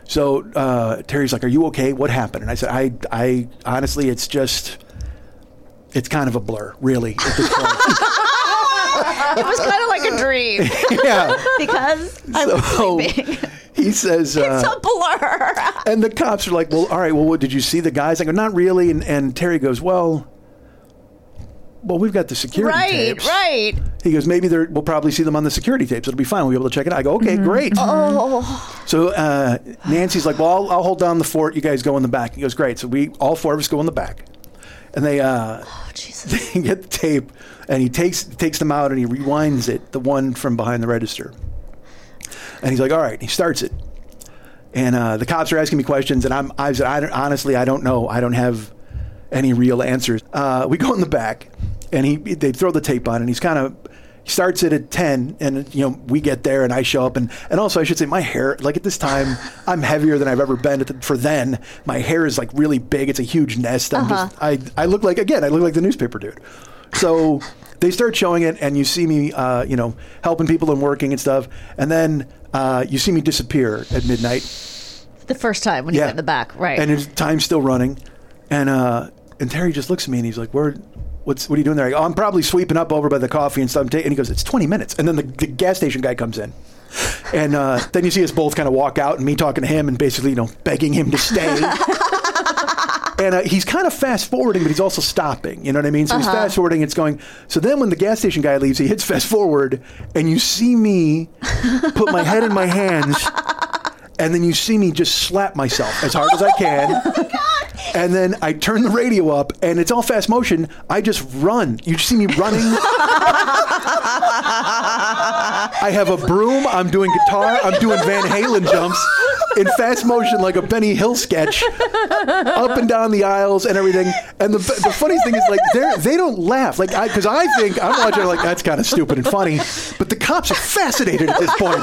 G: So uh, Terry's like, Are you okay? What happened? And I said, I, I honestly, it's just, it's kind of a blur, really, at this point.
B: it was kind of like a dream
G: yeah.
B: because I was
G: So
B: sleeping.
G: he says, uh,
B: it's a blur.
G: And the cops are like, Well, all right, well, what, did you see the guys? I go, Not really. And, and Terry goes, Well, well, we've got the security
B: Right,
G: tapes.
B: right.
G: He goes, maybe they're, we'll probably see them on the security tapes. It'll be fine. We'll be able to check it out. I go,
B: Mm-hmm.
G: okay, great. Oh. So uh, Nancy's like, well, I'll, I'll hold down the fort. You guys go in the back. He goes, great. So we, all four of us go in the back. And they, uh,
B: Oh,
G: they get the tape and he takes, takes them out and he rewinds it, the one from behind the register. And he's like, all right. He starts it. And uh, the cops are asking me questions. And I'm, I said, I don't, honestly, I don't know. I don't have, any real answers. Uh, we go in the back, and he they throw the tape on, and he's kind of he starts it at 10 and you know we get there and i show up and, and also i should say my hair like at this time i'm heavier than i've ever been at the, for then my hair is like really big it's a huge nest I'm just, I, I look like again i look like the newspaper dude so they start showing it and you see me uh, you know helping people and working and stuff and then uh, you see me disappear at midnight
B: The first time when you
G: Yeah.
B: went in the back, right?
G: and his time's still running, and uh, and Terry just looks at me and he's like, "Where? What's what are you doing there?" I go, "Oh, I'm probably sweeping up over by the coffee and stuff. I'm ta-" And he goes, "It's 20 minutes." And then the, the gas station guy comes in, and uh, then you see us both kind of walk out, and me talking to him and basically you know begging him to stay. And uh, he's kind of fast forwarding, but he's also stopping. You know what I mean? So he's
H: Uh-huh.
G: fast forwarding. It's going. So then, when the gas station guy leaves, he hits fast forward, and you see me put my head in my hands, and then you see me just slap myself as hard as I can. And then I turn the radio up, and it's all fast motion. I just run. You see me running. I have a broom. I'm doing guitar. I'm doing Van Halen jumps in fast motion, like a Benny Hill sketch, up and down the aisles and everything. And the, the funny thing is, like, they they don't laugh. Like, I because I think I'm watching it like that's kind of stupid and funny, but the cops are fascinated at this point.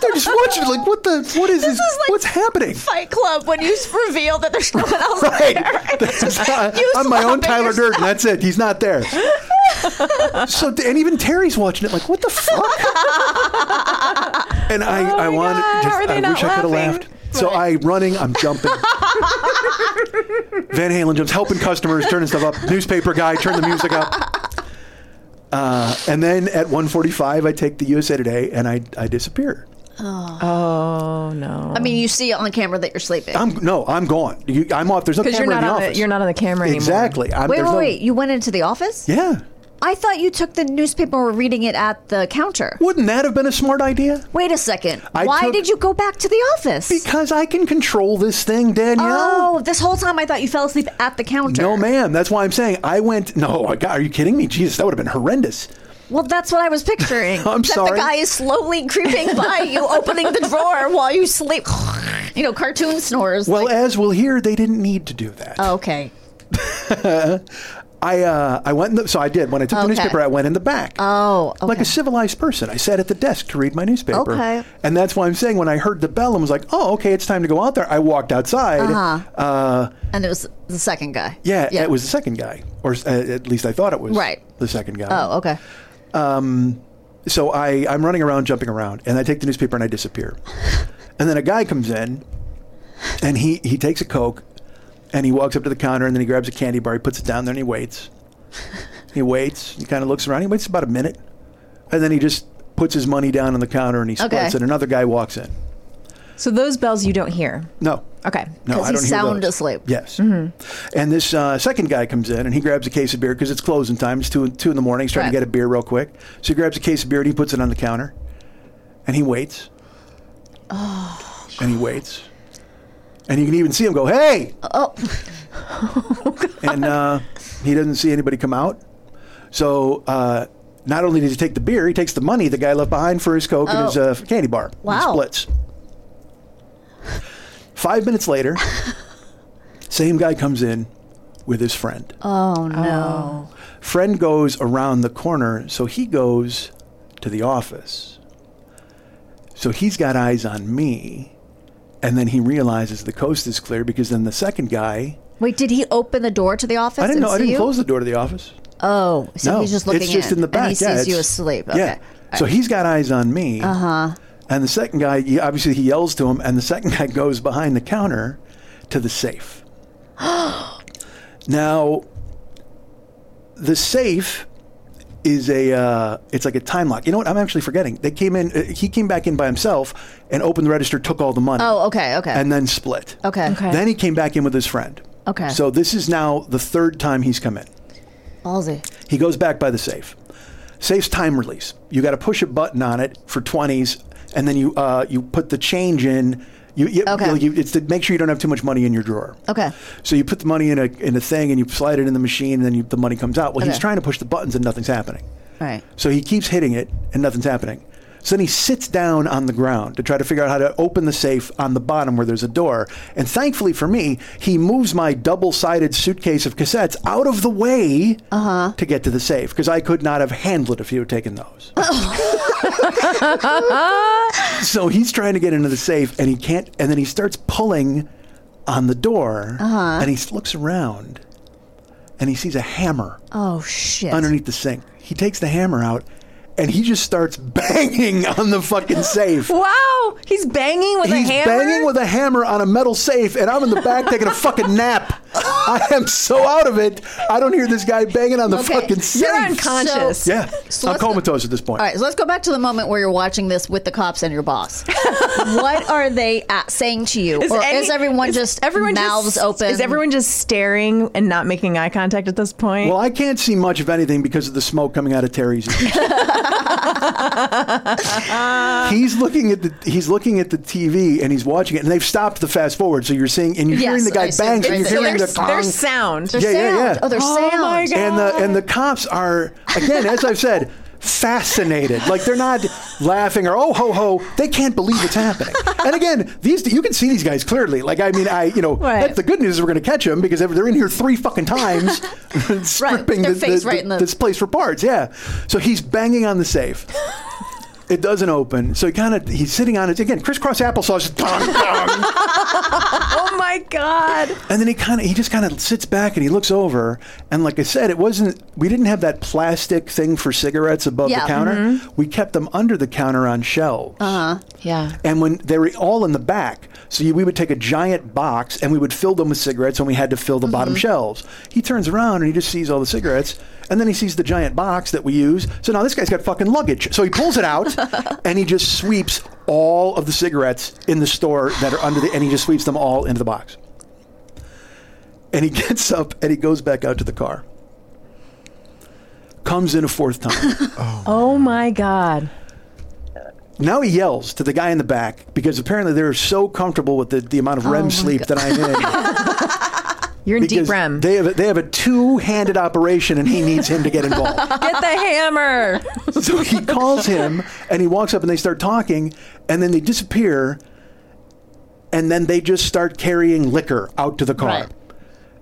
G: They're just watching, like, what the what is this? What's happening?
B: Fight Club when you reveal that there's no one else
G: Right.
B: there.
G: This is-
B: You
G: I'm my
B: slapping
G: own Tyler
B: yourself.
G: Durden. That's it. He's not there. so and even Terry's watching it like, what the fuck? And I, I wanted,
H: God,
G: just,
H: how are they
G: I wish
H: not
G: I could have laughed. So I running, I'm jumping. Van Halen jumps, helping customers, turning stuff up. Newspaper guy, turn the music up. Uh, and then at 1:45, I take the USA Today and I, I disappear.
B: Oh.
G: Oh no!
B: I mean, you see on camera that you're sleeping.
G: I'm no, I'm gone. You, I'm off. There's no camera
A: Because you're not
G: in the
A: on the,
G: office.
A: you're not on the camera anymore.
G: Exactly. I'm,
B: wait,
G: there's
B: wait,
G: no-
B: wait. You went into the office?
G: Yeah.
B: I thought you took the newspaper and were reading it at the counter.
G: Wouldn't that have been a smart idea?
B: Wait a second.
G: I
B: Why
G: took-
B: did you go back to the office?
G: Because I can control this thing, Danielle.
B: Oh, this whole time I thought you fell asleep at the counter.
G: No, ma'am. That's why I'm saying I went. No, I got- are you kidding me? Jesus, that would have been horrendous.
B: Well, that's what I was picturing.
G: I'm
B: that
G: sorry.
B: the guy is slowly creeping by you, opening the drawer while you sleep. You know, cartoon snores.
G: Well, as we'll hear, they didn't need to do that.
B: Oh, okay.
G: I uh, I went. In the, so I did. When I took the
B: Okay.
G: newspaper, I went in the back.
B: Oh, okay.
G: Like a civilized person, I sat at the desk to read my newspaper.
B: Okay.
G: And that's why I'm saying when I heard the bell and was like, oh, okay, it's time to go out there. I walked outside.
B: Uh-huh.
G: Uh,
B: and it was the second guy.
G: yeah, it was the second guy, or uh, at least I thought it was
B: Right.
G: the second guy.
B: Oh, okay.
G: um, so I, I'm running around, jumping around, and I take the newspaper and I disappear. and then a guy comes in, and he, he takes a Coke, and he walks up to the counter, and then he grabs a candy bar, he puts it down there, and he waits. he waits, he kind of looks around, he waits about a minute, and then he just puts his money down on the counter and he splits
A: Okay.
G: it. Another guy walks in.
A: So those bells you don't hear.
G: No.
A: Okay.
G: No, I don't hear those. Yes.
A: hmm
H: Mm-hmm.
G: And this uh, second guy comes in and he grabs a case of beer because it's closing time. It's two, two in the morning. He's trying
H: Right.
G: to get a beer real quick. So he grabs a case of beer and he puts it on the counter and he waits
H: Oh.
G: and he waits. And you can even see him go, hey!
B: Oh.
G: and uh, he doesn't see anybody come out. So uh, not only does he take the beer, he takes the money the guy left behind for his Coke and his
H: Oh.
G: uh, candy bar. and
H: Wow.
G: splits. Five minutes later, same guy comes in with his friend
B: Oh no.
G: friend goes around the corner, so he goes to the office. So he's got eyes on me, and then he realizes the coast is clear because then the second guy.
B: Wait, did he open the door to the office?
G: I
B: and
G: didn't know. I
B: see
G: didn't
B: you?
G: close the door to the office.
B: Oh, so
G: no,
B: he's just looking
G: it's just in, the back.
B: and he
G: yeah,
B: sees you
G: it's-
B: asleep. Okay.
G: Yeah. So he's got eyes on me.
B: Uh huh.
G: And the second guy, he, obviously, he yells to him, and the second guy goes behind the counter to the safe. now, the safe is a uh, it's like a time lock. You know what? I'm actually forgetting. They came in. Uh, he came back in by himself and opened the register, took all the money.
B: Oh, okay, okay.
G: And then split.
B: Okay. Okay.
G: Then he came back in with his friend.
B: Okay.
G: So this is now the third time he's come in.
B: Ballsy.
G: He goes back by the safe. Safe's time release. You got to push a button on it for twenties, and then you uh, you put the change in. You, you,
B: Okay.
G: you, it's to make sure you don't have too much money in your drawer.
B: Okay.
G: So you put the money in a in a thing and you slide it in the machine, and then you, the money comes out. Well, he's
B: Okay.
G: trying to push the buttons and nothing's happening.
B: Right.
G: So he keeps hitting it and nothing's happening. So then he sits down on the ground to try to figure out how to open the safe on the bottom where there's a door. And thankfully for me, he moves my double sided suitcase of cassettes out of the way to get to the safe because I could not have handled it if he had taken those. so he's trying to get into the safe and he can't, and then he starts pulling on the door
B: Uh-huh.
G: and he looks around and he sees a hammer
B: Oh shit.
G: underneath the sink. He takes the hammer out and he just starts banging on the fucking safe.
A: Wow, he's banging with
G: He's
A: a hammer.
G: banging with a hammer on a metal safe, and I'm in the back taking a fucking nap. I am so out of it. I don't hear this guy banging on the
B: Okay.
G: fucking safe.
B: You're unconscious. So-
G: yeah,
B: so
G: I'm
B: let's go-
G: comatose at this point.
B: All right, so let's go back to the moment where you're watching this with the cops and your boss. what are they at, saying to you? or
A: any-
B: is everyone
A: is
B: just
A: everyone just-
B: mouths open?
A: Is everyone just staring and not making eye contact at this point?
G: Well, I can't see much of anything because of the smoke coming out of Terry's. ears. he's looking at the he's looking at the TV and he's watching it, and they've stopped the fast forward, so you're seeing and you're
A: Yes,
G: hearing the
A: I
G: guy
A: assume
G: bang, and you're
A: there's-
G: hearing
A: there's-
G: the gong.
A: there's sound. There's
G: yeah, yeah,
A: sound.
G: yeah.
A: Oh, there's Oh, my sound.
G: And the and the cops are again, as I've said. Fascinated, like they're not laughing or oh ho ho, they can't believe it's happening. And again, these you can see these guys clearly. Like I mean, I you know that's the good news is we're going to catch them because they're in here three fucking times, stripping
B: their
G: the-
B: face
G: the-
B: right in the-
G: this place for parts. Yeah, so he's banging on the safe. It doesn't open, so he kind of he's sitting on it again, crisscross applesauce, just dong, dong.
A: oh my god.
G: and then he kind of he just kind of sits back and he looks over, and like I said, it wasn't we didn't have that plastic thing for cigarettes above
B: Yeah.
G: the counter.
B: Mhm.
G: We kept them under the counter on shelves.
B: Uh huh. Yeah.
G: And when they were all in the back, so you, we would take a giant box and we would fill them with cigarettes, and we had to fill the bottom shelves. He turns around and he just sees all the cigarettes, and then he sees the giant box that we use. So now this guy's got fucking luggage. So he pulls it out and he just sweeps all of the cigarettes in the store that are under the, and he just sweeps them all into the box. And he gets up and he goes back out to the car. Comes in a fourth time.
A: Oh, my god.
G: Now he yells to the guy in the back because apparently they're so comfortable with the, the amount of
A: Oh my
G: REM sleep that I'm in.
A: You're in
G: because
A: deep REM.
G: They have a, they have a two handed operation and he needs him to get involved.
A: Get the hammer.
G: so he calls him and he walks up and they start talking and then they disappear and then they just start carrying liquor out to the car.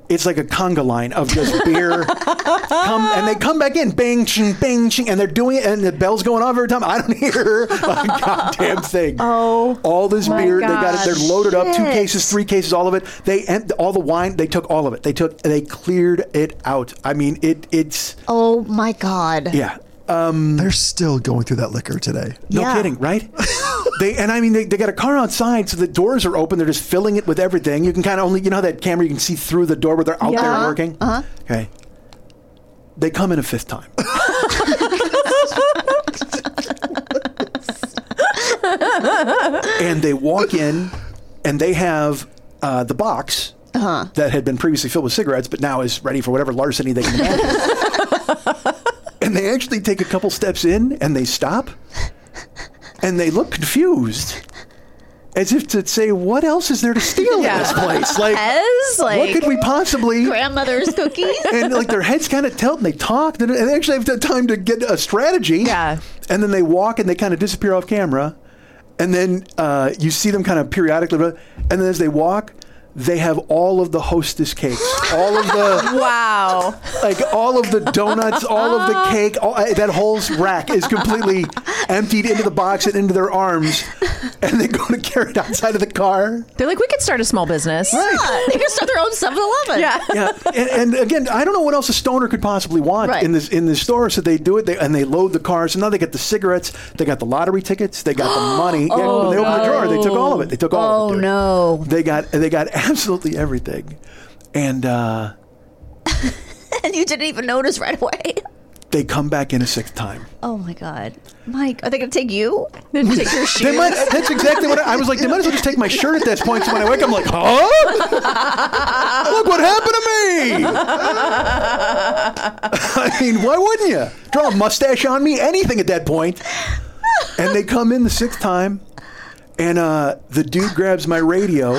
G: It's like a conga line of just beer. come, and they come back in, bang, ching, bang, ching, and they're doing it, and the bell's going off every time. I don't hear a goddamn thing. Oh, all this
A: my
G: beer, they got
A: God.
G: it. They're loaded up, two
A: Shit.
G: cases, three cases, all of it. They and all the wine, they took all of it. They took, they cleared it out. I mean, it, it's
B: Oh my god.
G: yeah. Um,
D: They're still going through that liquor today.
G: no kidding, right? they and I mean they, they got a car outside, so the doors are open. They're just filling it with everything. You can kind of only you know how that camera you can see through the door where they're out there working.
B: Uh huh.
G: Okay. They come in a fifth time. and they walk in and they have uh, the box that had been previously filled with cigarettes, but now is ready for whatever larceny they can imagine. and they actually take a couple steps in and they stop and they look confused. As if to say, what else is there to steal
A: Yeah.
G: in this place? Like,
A: As,
G: what
A: like-
G: could we possibly?
B: Grandmother's cookies.
G: and like their heads kind of tilt and they talk and they actually have the time to get a strategy. Yeah. And then they walk and they kind of disappear off camera. And then uh, you see them kind of periodically. And then as they walk, they have all of the hostess cakes, all of the
A: wow,
G: like all of the donuts, all of the cake, all, uh, that whole rack is completely emptied into the box and into their arms, and they go to carry it outside of the car.
A: They're like, we could start a small business.
B: Yeah, they can start their own 7-Eleven.
A: Yeah.
G: yeah, and, and again, I don't know what else a stoner could possibly want
B: Right.
G: in this in this store. So they do it, they, and they load the cars. So now they got the cigarettes, they got the lottery tickets, they got the money. Yeah, when they opened the drawer, they took all of it. They took all. of it.
B: Oh,
G: dude.
B: no.
G: They got they got absolutely everything, and uh,
B: and you didn't even notice right away.
G: they come back in a sixth time.
B: Oh my god, Mike, are they gonna take you?
A: They take your
G: They might, that's exactly what I, I was like. They might as well just take my shirt at this point. So when I wake, up, I'm like, huh? Look what happened to me. I mean, why wouldn't you? Draw a mustache on me, anything at that point. And they come in the sixth time, and uh, the dude grabs my radio,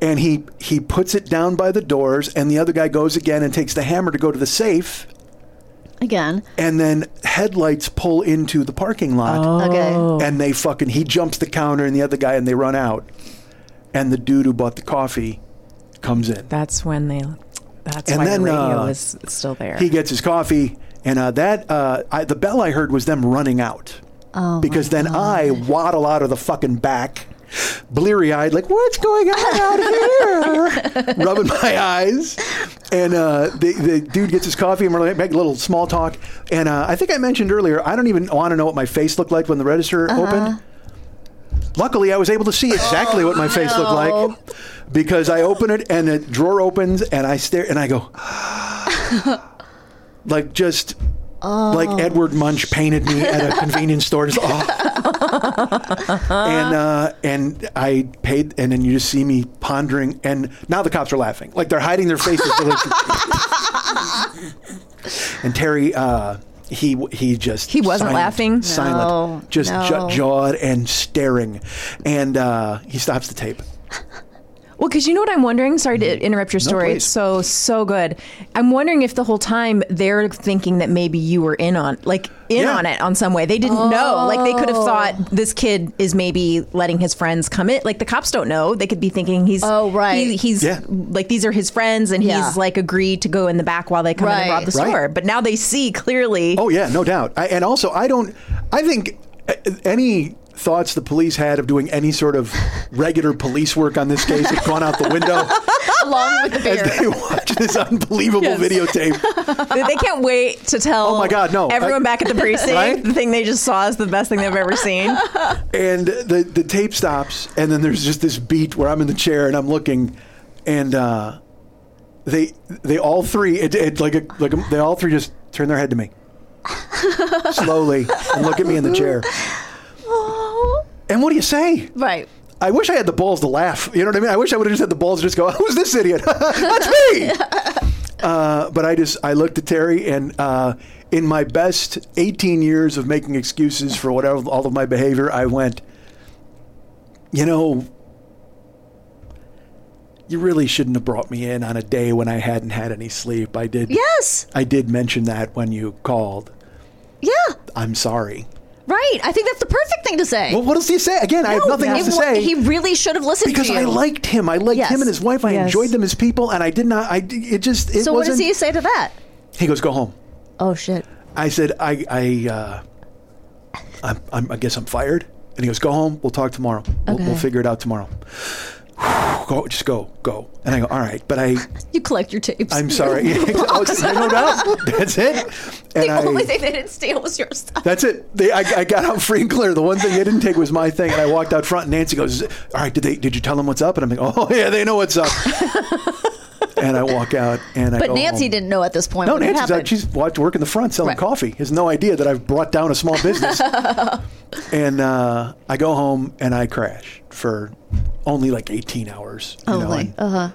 G: and he he puts it down by the doors, and the other guy goes again and takes the hammer to go to the safe,
B: Again.
G: and then headlights pull into the parking
A: Oh.
G: lot.
B: Okay.
G: And they fucking he jumps the counter and the other guy and they run out. And the dude who bought the coffee comes in.
A: That's when they. That's
G: And
A: why
G: then,
A: the radio
G: uh,
A: was still there.
G: He gets his coffee and uh, that uh, I, the bell I heard was them running out.
B: Oh.
G: because then I waddle out of the fucking back, bleary eyed, like, what's going on out here? Rubbing my eyes. And uh, the, the dude gets his coffee and we're like, making a little small talk. And uh, I think I mentioned earlier, I don't even want to know what my face looked like when the register opened. Luckily, I was able to see exactly what my face looked
B: no.
G: like because I open it and the drawer opens and I stare and I go, like just like
A: Oh.
G: Edward Munch painted me at a convenience store. Just, oh. and uh, and I paid, and then you just see me pondering, and now the cops are laughing, like they're hiding their faces. They're like- and Terry, uh, he he just
A: He wasn't
G: silent,
A: laughing?
G: silent,
A: No,
G: just
A: no.
G: ju- jawed and staring, and uh, he stops the tape.
A: Well, because you know what I'm wondering? Sorry
G: Mm-hmm.
A: to interrupt your story. it's so, so good. I'm wondering if the whole time they're thinking that maybe you were in on, like, in
B: Yeah.
A: on it on some way. They didn't know. Like, they could have
B: Oh.
A: thought this kid is maybe letting his friends come in. Like, the cops don't know. They could be thinking he's, oh, right. he's,
B: Yeah.
A: like, these are his friends and
B: Yeah.
A: he's, like, agreed to go in the back while they come in and
G: Right.
A: rob the
G: Right.
A: store. But now they see clearly.
G: Oh yeah, no doubt. I, and also, I don't. I think uh, any thoughts the police had of doing any sort of regular police work on this case have gone out the window
B: Along with the beer.
G: as they watch this unbelievable
A: Yes.
G: videotape.
A: they can't wait to tell
G: Oh my God, no.
A: everyone
G: I-
A: back at the precinct
G: Right?
A: the thing they just saw is the best thing they've ever seen.
G: And the the tape stops, and then there's just this beat where I'm in the chair and I'm looking, and uh, they they all three it, it like a, like a, they all three just turn their head to me slowly and look at me in the chair. And what do you
B: Oh,
G: say?
B: Right.
G: I wish I had the balls to laugh. You know what I mean? I wish I would have just had the balls to just go, "Who's this idiot?" That's me. uh, but I just I looked at Terry, and uh, in my best 18 years of making excuses for whatever all of my behavior, I went, you know, you really shouldn't have brought me in on a day when I hadn't had any sleep. I did.
B: Yes.
G: I did mention that when you called.
B: Yeah.
G: I'm sorry.
B: Right. I think that's the perfect thing to say.
G: Well, what else do you say? Again, I have nothing
B: it
G: else to
B: wa-
G: say.
B: He really should have listened
G: because
B: to you.
G: I liked him. I liked
B: Yes.
G: him and his wife. I
B: Yes.
G: enjoyed them as people, and I did not. I it just it
B: so what
G: wasn't.
B: does he say to that?
G: He goes, "Go home."
B: Oh shit.
G: I said, "I I uh, I'm, I'm, I guess I'm fired." And he goes, "Go home. We'll talk tomorrow. We'll, we'll
B: Okay.
G: figure it out tomorrow." go, just go, go. And I go, "All right," but I
B: You collect your tapes.
G: I'm sorry.
B: Your
G: Yeah, oh,
B: box.
G: no doubt. That's it.
B: the
G: And I,
B: only thing they didn't steal was your stuff.
G: That's it. They, I, I got out free and clear. The one thing they didn't take was my thing, and I walked out front. And Nancy goes, "All right, did they? Did you tell them what's up?" And I'm like, "Oh yeah, they know what's up." and I walk out, and I.
B: But
G: go
B: Nancy
G: home.
B: didn't know at this point.
G: No,
B: what
G: Nancy's
B: had
G: out.
B: happened.
G: She's watched work in the front selling
B: Right.
G: coffee. Has no idea that I've brought down a small business. and uh, I go home and I crash for only like 18 hours. you know, and-
B: uh huh.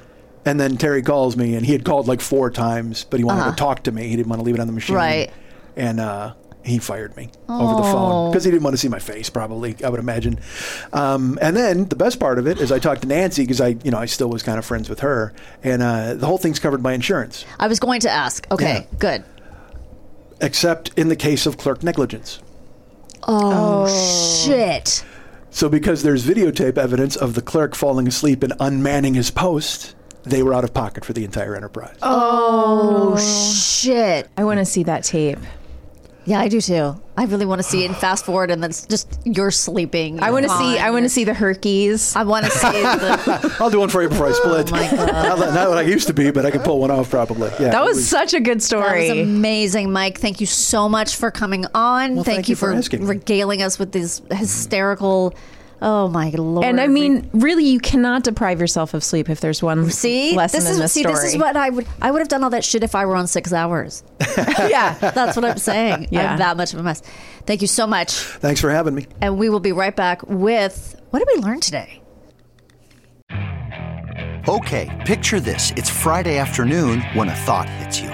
G: and then Terry calls me, and he had called like four times, but he wanted
B: Uh-huh.
G: to talk to me. He didn't want to leave it on the machine.
B: Right.
G: And uh, he fired me over the phone
B: Oh.
G: because he didn't want to see my face, probably, I would imagine. Um, and then the best part of it is I talked to Nancy because I, you know, I still was kind of friends with her. And uh, the whole thing's covered by insurance,
B: I was going to ask. Okay,
G: Yeah.
B: good.
G: except in the case of clerk negligence.
B: Oh, shit.
G: So because there's videotape evidence of the clerk falling asleep and unmanning his post, they were out of pocket for the entire enterprise.
B: Oh, shit.
A: I want to see that tape.
B: Yeah, I do too. I really want to see it and fast forward and then it's just you're sleeping.
A: I want to see. I want to
B: see
A: see the Herkies.
B: I want to see the
G: I'll do one for you before I
A: Oh,
G: split. not, that, not what I used to be, but I can pull one off probably. Yeah,
A: that
G: it
A: was, such a good
B: That was
A: story.
B: amazing, Mike. Thank you so much for coming on.
G: Well,
B: thank,
G: thank
B: you,
G: you for
B: for,
G: asking.
B: regaling us with these hysterical. Oh my lord!
A: And I mean, really, you cannot deprive yourself of sleep if there's one
B: see,
A: lesson
B: this is
A: in this
B: see,
A: story.
B: this is what I would I would have done all that shit if I were on six hours.
A: yeah,
B: that's what I'm saying.
A: Yeah.
B: I'm that much of a mess. Thank you so much,
G: Thanks for having me.
B: and we will be right back with what did we learn today?
F: Okay, picture this. It's Friday afternoon when a thought hits you.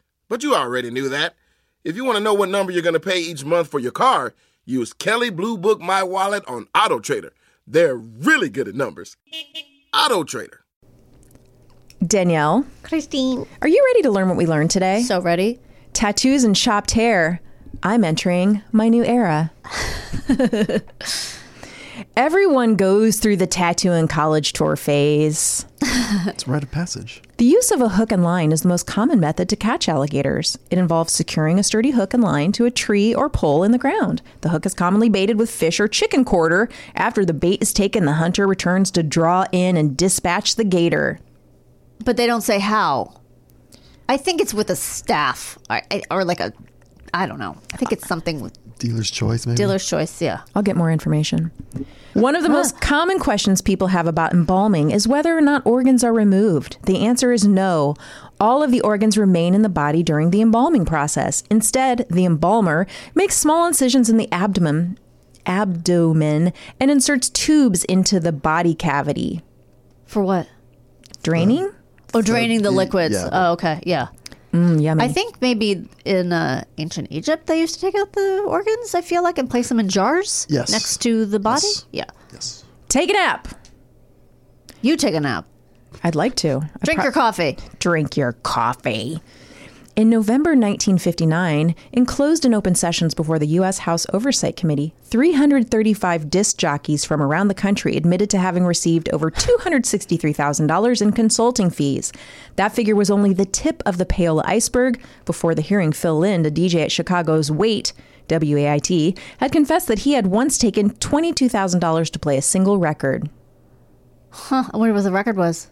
I: But you already knew that. If you want to know what number you're going to pay each month for your car, use Kelly Blue Book My Wallet on Auto Trader. They're really good at numbers. Auto Trader.
A: Danielle.
B: Christine.
A: Are you ready to learn what we learned today? So
B: ready.
A: Tattoos and chopped hair. I'm entering my new era. Everyone goes through the tattoo and college tour phase.
D: It's a rite of passage.
A: The use of a hook and line is the most common method to catch alligators. It involves securing a sturdy hook and line to a tree or pole in the ground. The hook is commonly baited with fish or chicken quarter. After the bait is taken, the hunter returns to draw in and dispatch the gator.
B: But they don't say how. I think it's with a staff or, or like a, I don't know. I think it's something with
A: Mm.
D: Dealer's choice, maybe.
B: dealer's choice. Yeah.
A: I'll get more information. One of the most common questions people have about embalming is whether or not organs are removed. The answer is no. All of the organs remain in the body during the embalming process. Instead, the embalmer makes small incisions in the abdomen, abdomen, and inserts tubes into the body cavity.
B: For what?
A: Draining?
B: Oh, draining the liquids.
A: yeah,
B: oh, okay. Yeah.
A: Mm, yummy.
B: I think maybe in uh, ancient Egypt they used to take out the organs. I feel like and place them in jars
A: Yes.
B: next to the body. Yeah.
D: Yes.
A: Take a nap.
B: You take a nap.
A: I'd like to. I
B: Drink your coffee.
A: Drink your coffee. In November 1959, in closed and open sessions before the U.S. House Oversight Committee, 335 disc jockeys from around the country admitted to having received over $263,000 in consulting fees. That figure was only the tip of the pale iceberg before the hearing Phil Lind, a DJ at Chicago's Wait, WAIT, had confessed that he had once taken $22,000 to play a single record.
B: Huh. I wonder what the record was.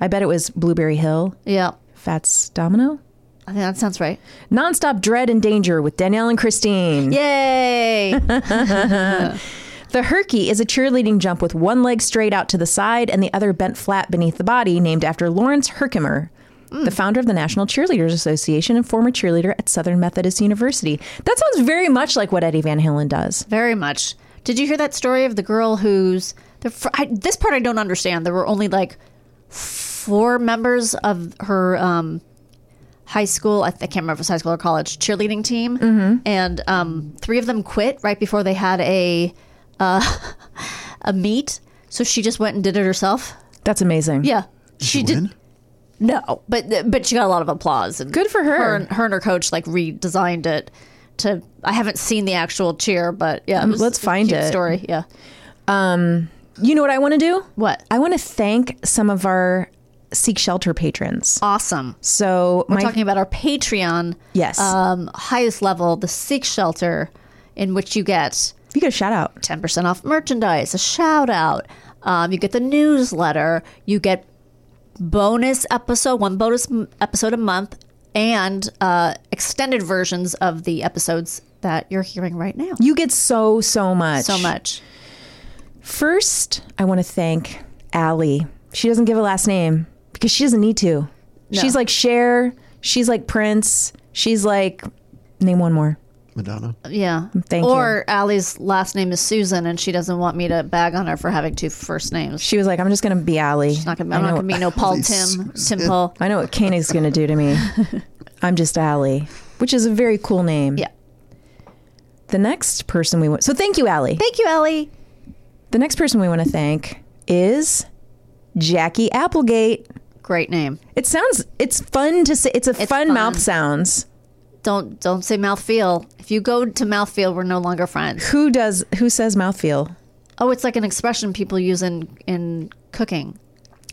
A: I bet it was Blueberry Hill.
B: Yeah.
A: Fats Domino?
B: I think that sounds right.
A: Nonstop Dread and Danger with Danielle and Christine.
B: Yay!
A: the Herky is a cheerleading jump with one leg straight out to the side and the other bent flat beneath the body, named after Lawrence Herkimer.
B: Mm.
A: The founder of the National Cheerleaders Association and former cheerleader at Southern Methodist University. That sounds very much like what Eddie Van Halen does.
B: Very much. Did you hear that story of the girl who's the? fr- I, this part I don't understand. There were only like four members of her um, high school. I, th- I can't remember if it was high school or college cheerleading team,
A: Mm-hmm.
B: and um, three of them quit right before they had a uh, a meet. So she just went and did it herself.
A: That's amazing.
B: Yeah, she, did. No, but but she got a lot of applause. And
A: Good for her.
B: Her and, her and her coach like redesigned it to. I haven't seen the actual cheer, but yeah, it
A: Um,
B: was-
A: let's
B: it was a
A: find
B: cute
A: it.
B: Story, yeah.
A: Um, you know what I want to do?
B: What?
A: I want to thank some of our Seek Shelter patrons.
B: Awesome.
A: So
B: We're
A: my-
B: talking about our Patreon,
A: Yes.
B: um, highest level, the Seek Shelter, in which you get
A: you get a shout out,
B: ten percent off merchandise, a shout out. Um, you get the newsletter, you get bonus episode, one bonus m- episode a month, and uh, extended versions of the episodes that you're hearing right now.
A: You get so, so much.
B: So much.
A: First, I want to thank Allie. She doesn't give a last name because she doesn't need to. She's like Cher. She's like Prince. She's like, name one more.
D: Madonna.
B: Yeah.
A: Thank you.
B: or Allie's last name is Susan, and she doesn't want me to bag on her for having two first names.
A: She was like, I'm just going to be Allie. She's
B: not gonna, I'm not going to be no Paul Tim, Tim Paul.
A: I know what Koenig's going to do to me. I'm just Allie, which is a very cool name. Yeah. The next person we want. So thank you, Allie.
B: Thank you, Allie.
A: The next person we want to thank is Jackie Applegate.
B: Great name.
A: It sounds. It's fun to say. It's a fun, mouth sounds.
B: Don't don't say mouthfeel. If you go to mouthfeel, we're no longer friends.
A: Who does? Who says mouthfeel?
B: Oh, it's like an expression people use in in cooking.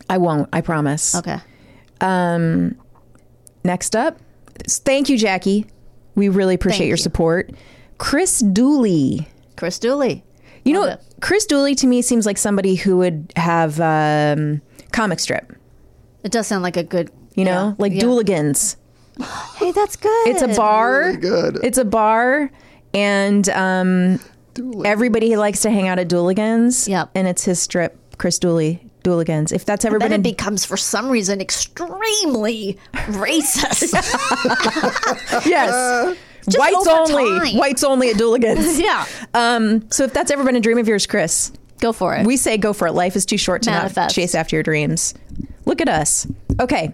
A: I won't. I promise.
B: Okay.
A: Um, next up, thank you, Jackie. We really appreciate
B: Thank
A: your support. Chris Dooley.
B: Chris Dooley.
A: You know, Chris Dooley to me seems like somebody who would have um, comic strip.
B: It does sound like a good.
A: You know,
B: yeah,
A: like
B: yeah.
A: Dooligans.
B: Hey, that's good.
A: It's a bar. It's a bar, and um, everybody likes to hang out at Dooligans. Yep. And it's his strip, Chris Dooley, Dooligans. If that's ever
B: Then
A: been
B: it
A: in
B: becomes, for some reason, extremely racist.
A: yes.
B: Just
A: Whites
B: over
A: only.
B: time.
A: Whites only at Dooligan's.
B: Yeah.
A: Um, so if that's ever been a dream of yours, Chris,
B: go for it.
A: We say go for it. Life is too short to not
B: Manifest.
A: chase after your dreams. Look at us. Okay.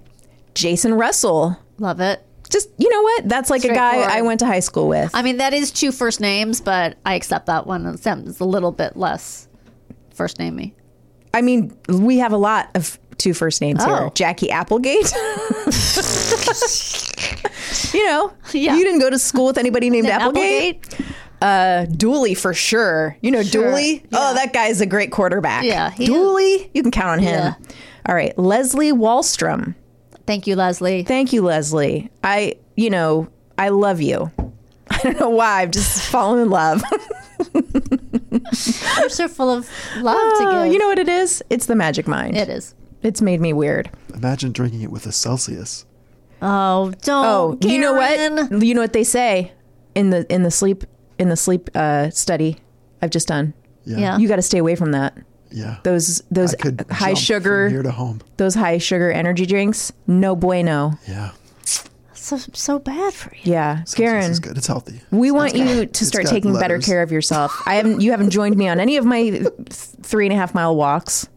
A: Jason Russell.
B: Love it.
A: Just, you know what? That's like a guy
B: Straightforward.
A: I went to high school with.
B: I mean, that is two first names, but I accept that one. It's it's a little bit less first namey.
A: I mean, we have a lot of two first names here.
B: Oh.
A: Jackie Applegate. you know, you didn't go to school with anybody named
B: Named
A: Applegate. Uh, Dooley for sure. You know
B: Sure,
A: Dooley. Oh, that guy's a great quarterback.
B: Yeah, he is.
A: Dooley. You can count on him.
B: Yeah.
A: All right, Leslie Wallstrom.
B: Thank you, Leslie.
A: Thank you, Leslie. I, you know, I love you. I don't know why. I've just fallen in love.
B: You're so full of love
A: Oh,
B: to give.
A: you know what it is? It's the magic mind.
B: It is.
A: It's made me weird.
D: Imagine drinking it with a Celsius.
B: Oh, don't.
A: Oh, you know what? You know what they say in the in the sleep in the sleep uh, study I've just done.
D: Yeah. Yeah.
A: you got to stay away from that.
D: Yeah.
A: Those those high
D: jump
A: sugar
D: from here to home.
A: those high sugar energy drinks. No bueno.
D: Yeah.
B: So so bad for you.
A: Yeah, Garen.
D: Good. It's healthy.
A: We want
D: got-
A: you
D: it's
A: to start
D: got
A: taking better
D: letters.
A: care of yourself. I haven't. You haven't joined me on any of my th- three and a half mile walks.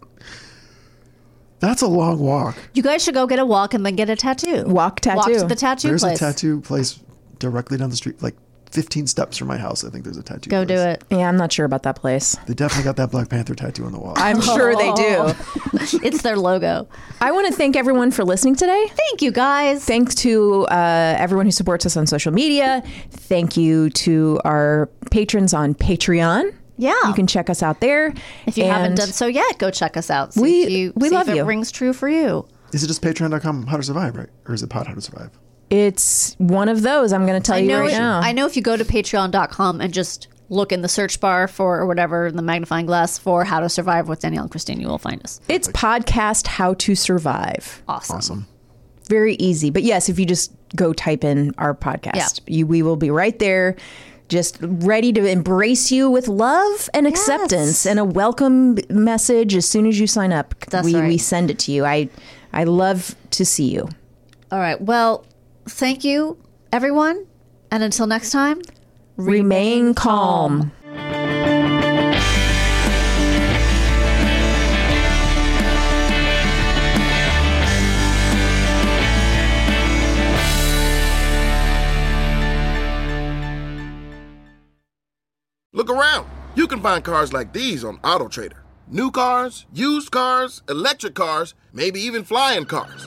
D: That's a long walk.
B: You guys should go get a walk and then get a tattoo.
A: Walk tattoo.
B: Walk to the tattoo
D: there's
B: place.
D: a tattoo place directly down the street, like 15 steps from my house. I think there's a tattoo.
B: Go do it.
A: Yeah, I'm not sure about that place.
D: They definitely got that Black Panther tattoo on the wall.
A: I'm sure they do.
B: it's their logo.
A: I want to thank everyone for listening today.
B: Thank you, guys.
A: Thanks to uh, everyone who supports us on social media. Thank you to our patrons on Patreon.
B: Yeah.
A: You can check us out there.
B: If you haven't
A: And
B: done so yet, go check us out. See
A: We-
B: if you,
A: we
B: see
A: love
B: if
A: you.
B: It rings true for you.
D: Is it just patreon.com how to survive, right? Or is it pod how to survive?
A: it's one of those I'm going to tell
B: I
A: you
B: know.
A: right
B: it-
A: now.
B: I know if you go to Patreon.com and just look in the search bar for or whatever in the magnifying glass for how to survive with Danielle and Christine, you will find us.
A: It's podcast How to Survive.
B: Awesome.
D: Awesome.
A: Very easy. But yes, if you just go type in our podcast, you, we will be right there, just ready to embrace you with love and acceptance and a welcome message as soon as you sign up.
B: That's
A: we,
B: right.
A: we send it to you. I, I love to see you.
B: All right. Well, thank you, everyone. And until next time,
A: Remain calm.
I: Look around. You can find cars like these on AutoTrader. New cars, used cars, electric cars, maybe even flying cars.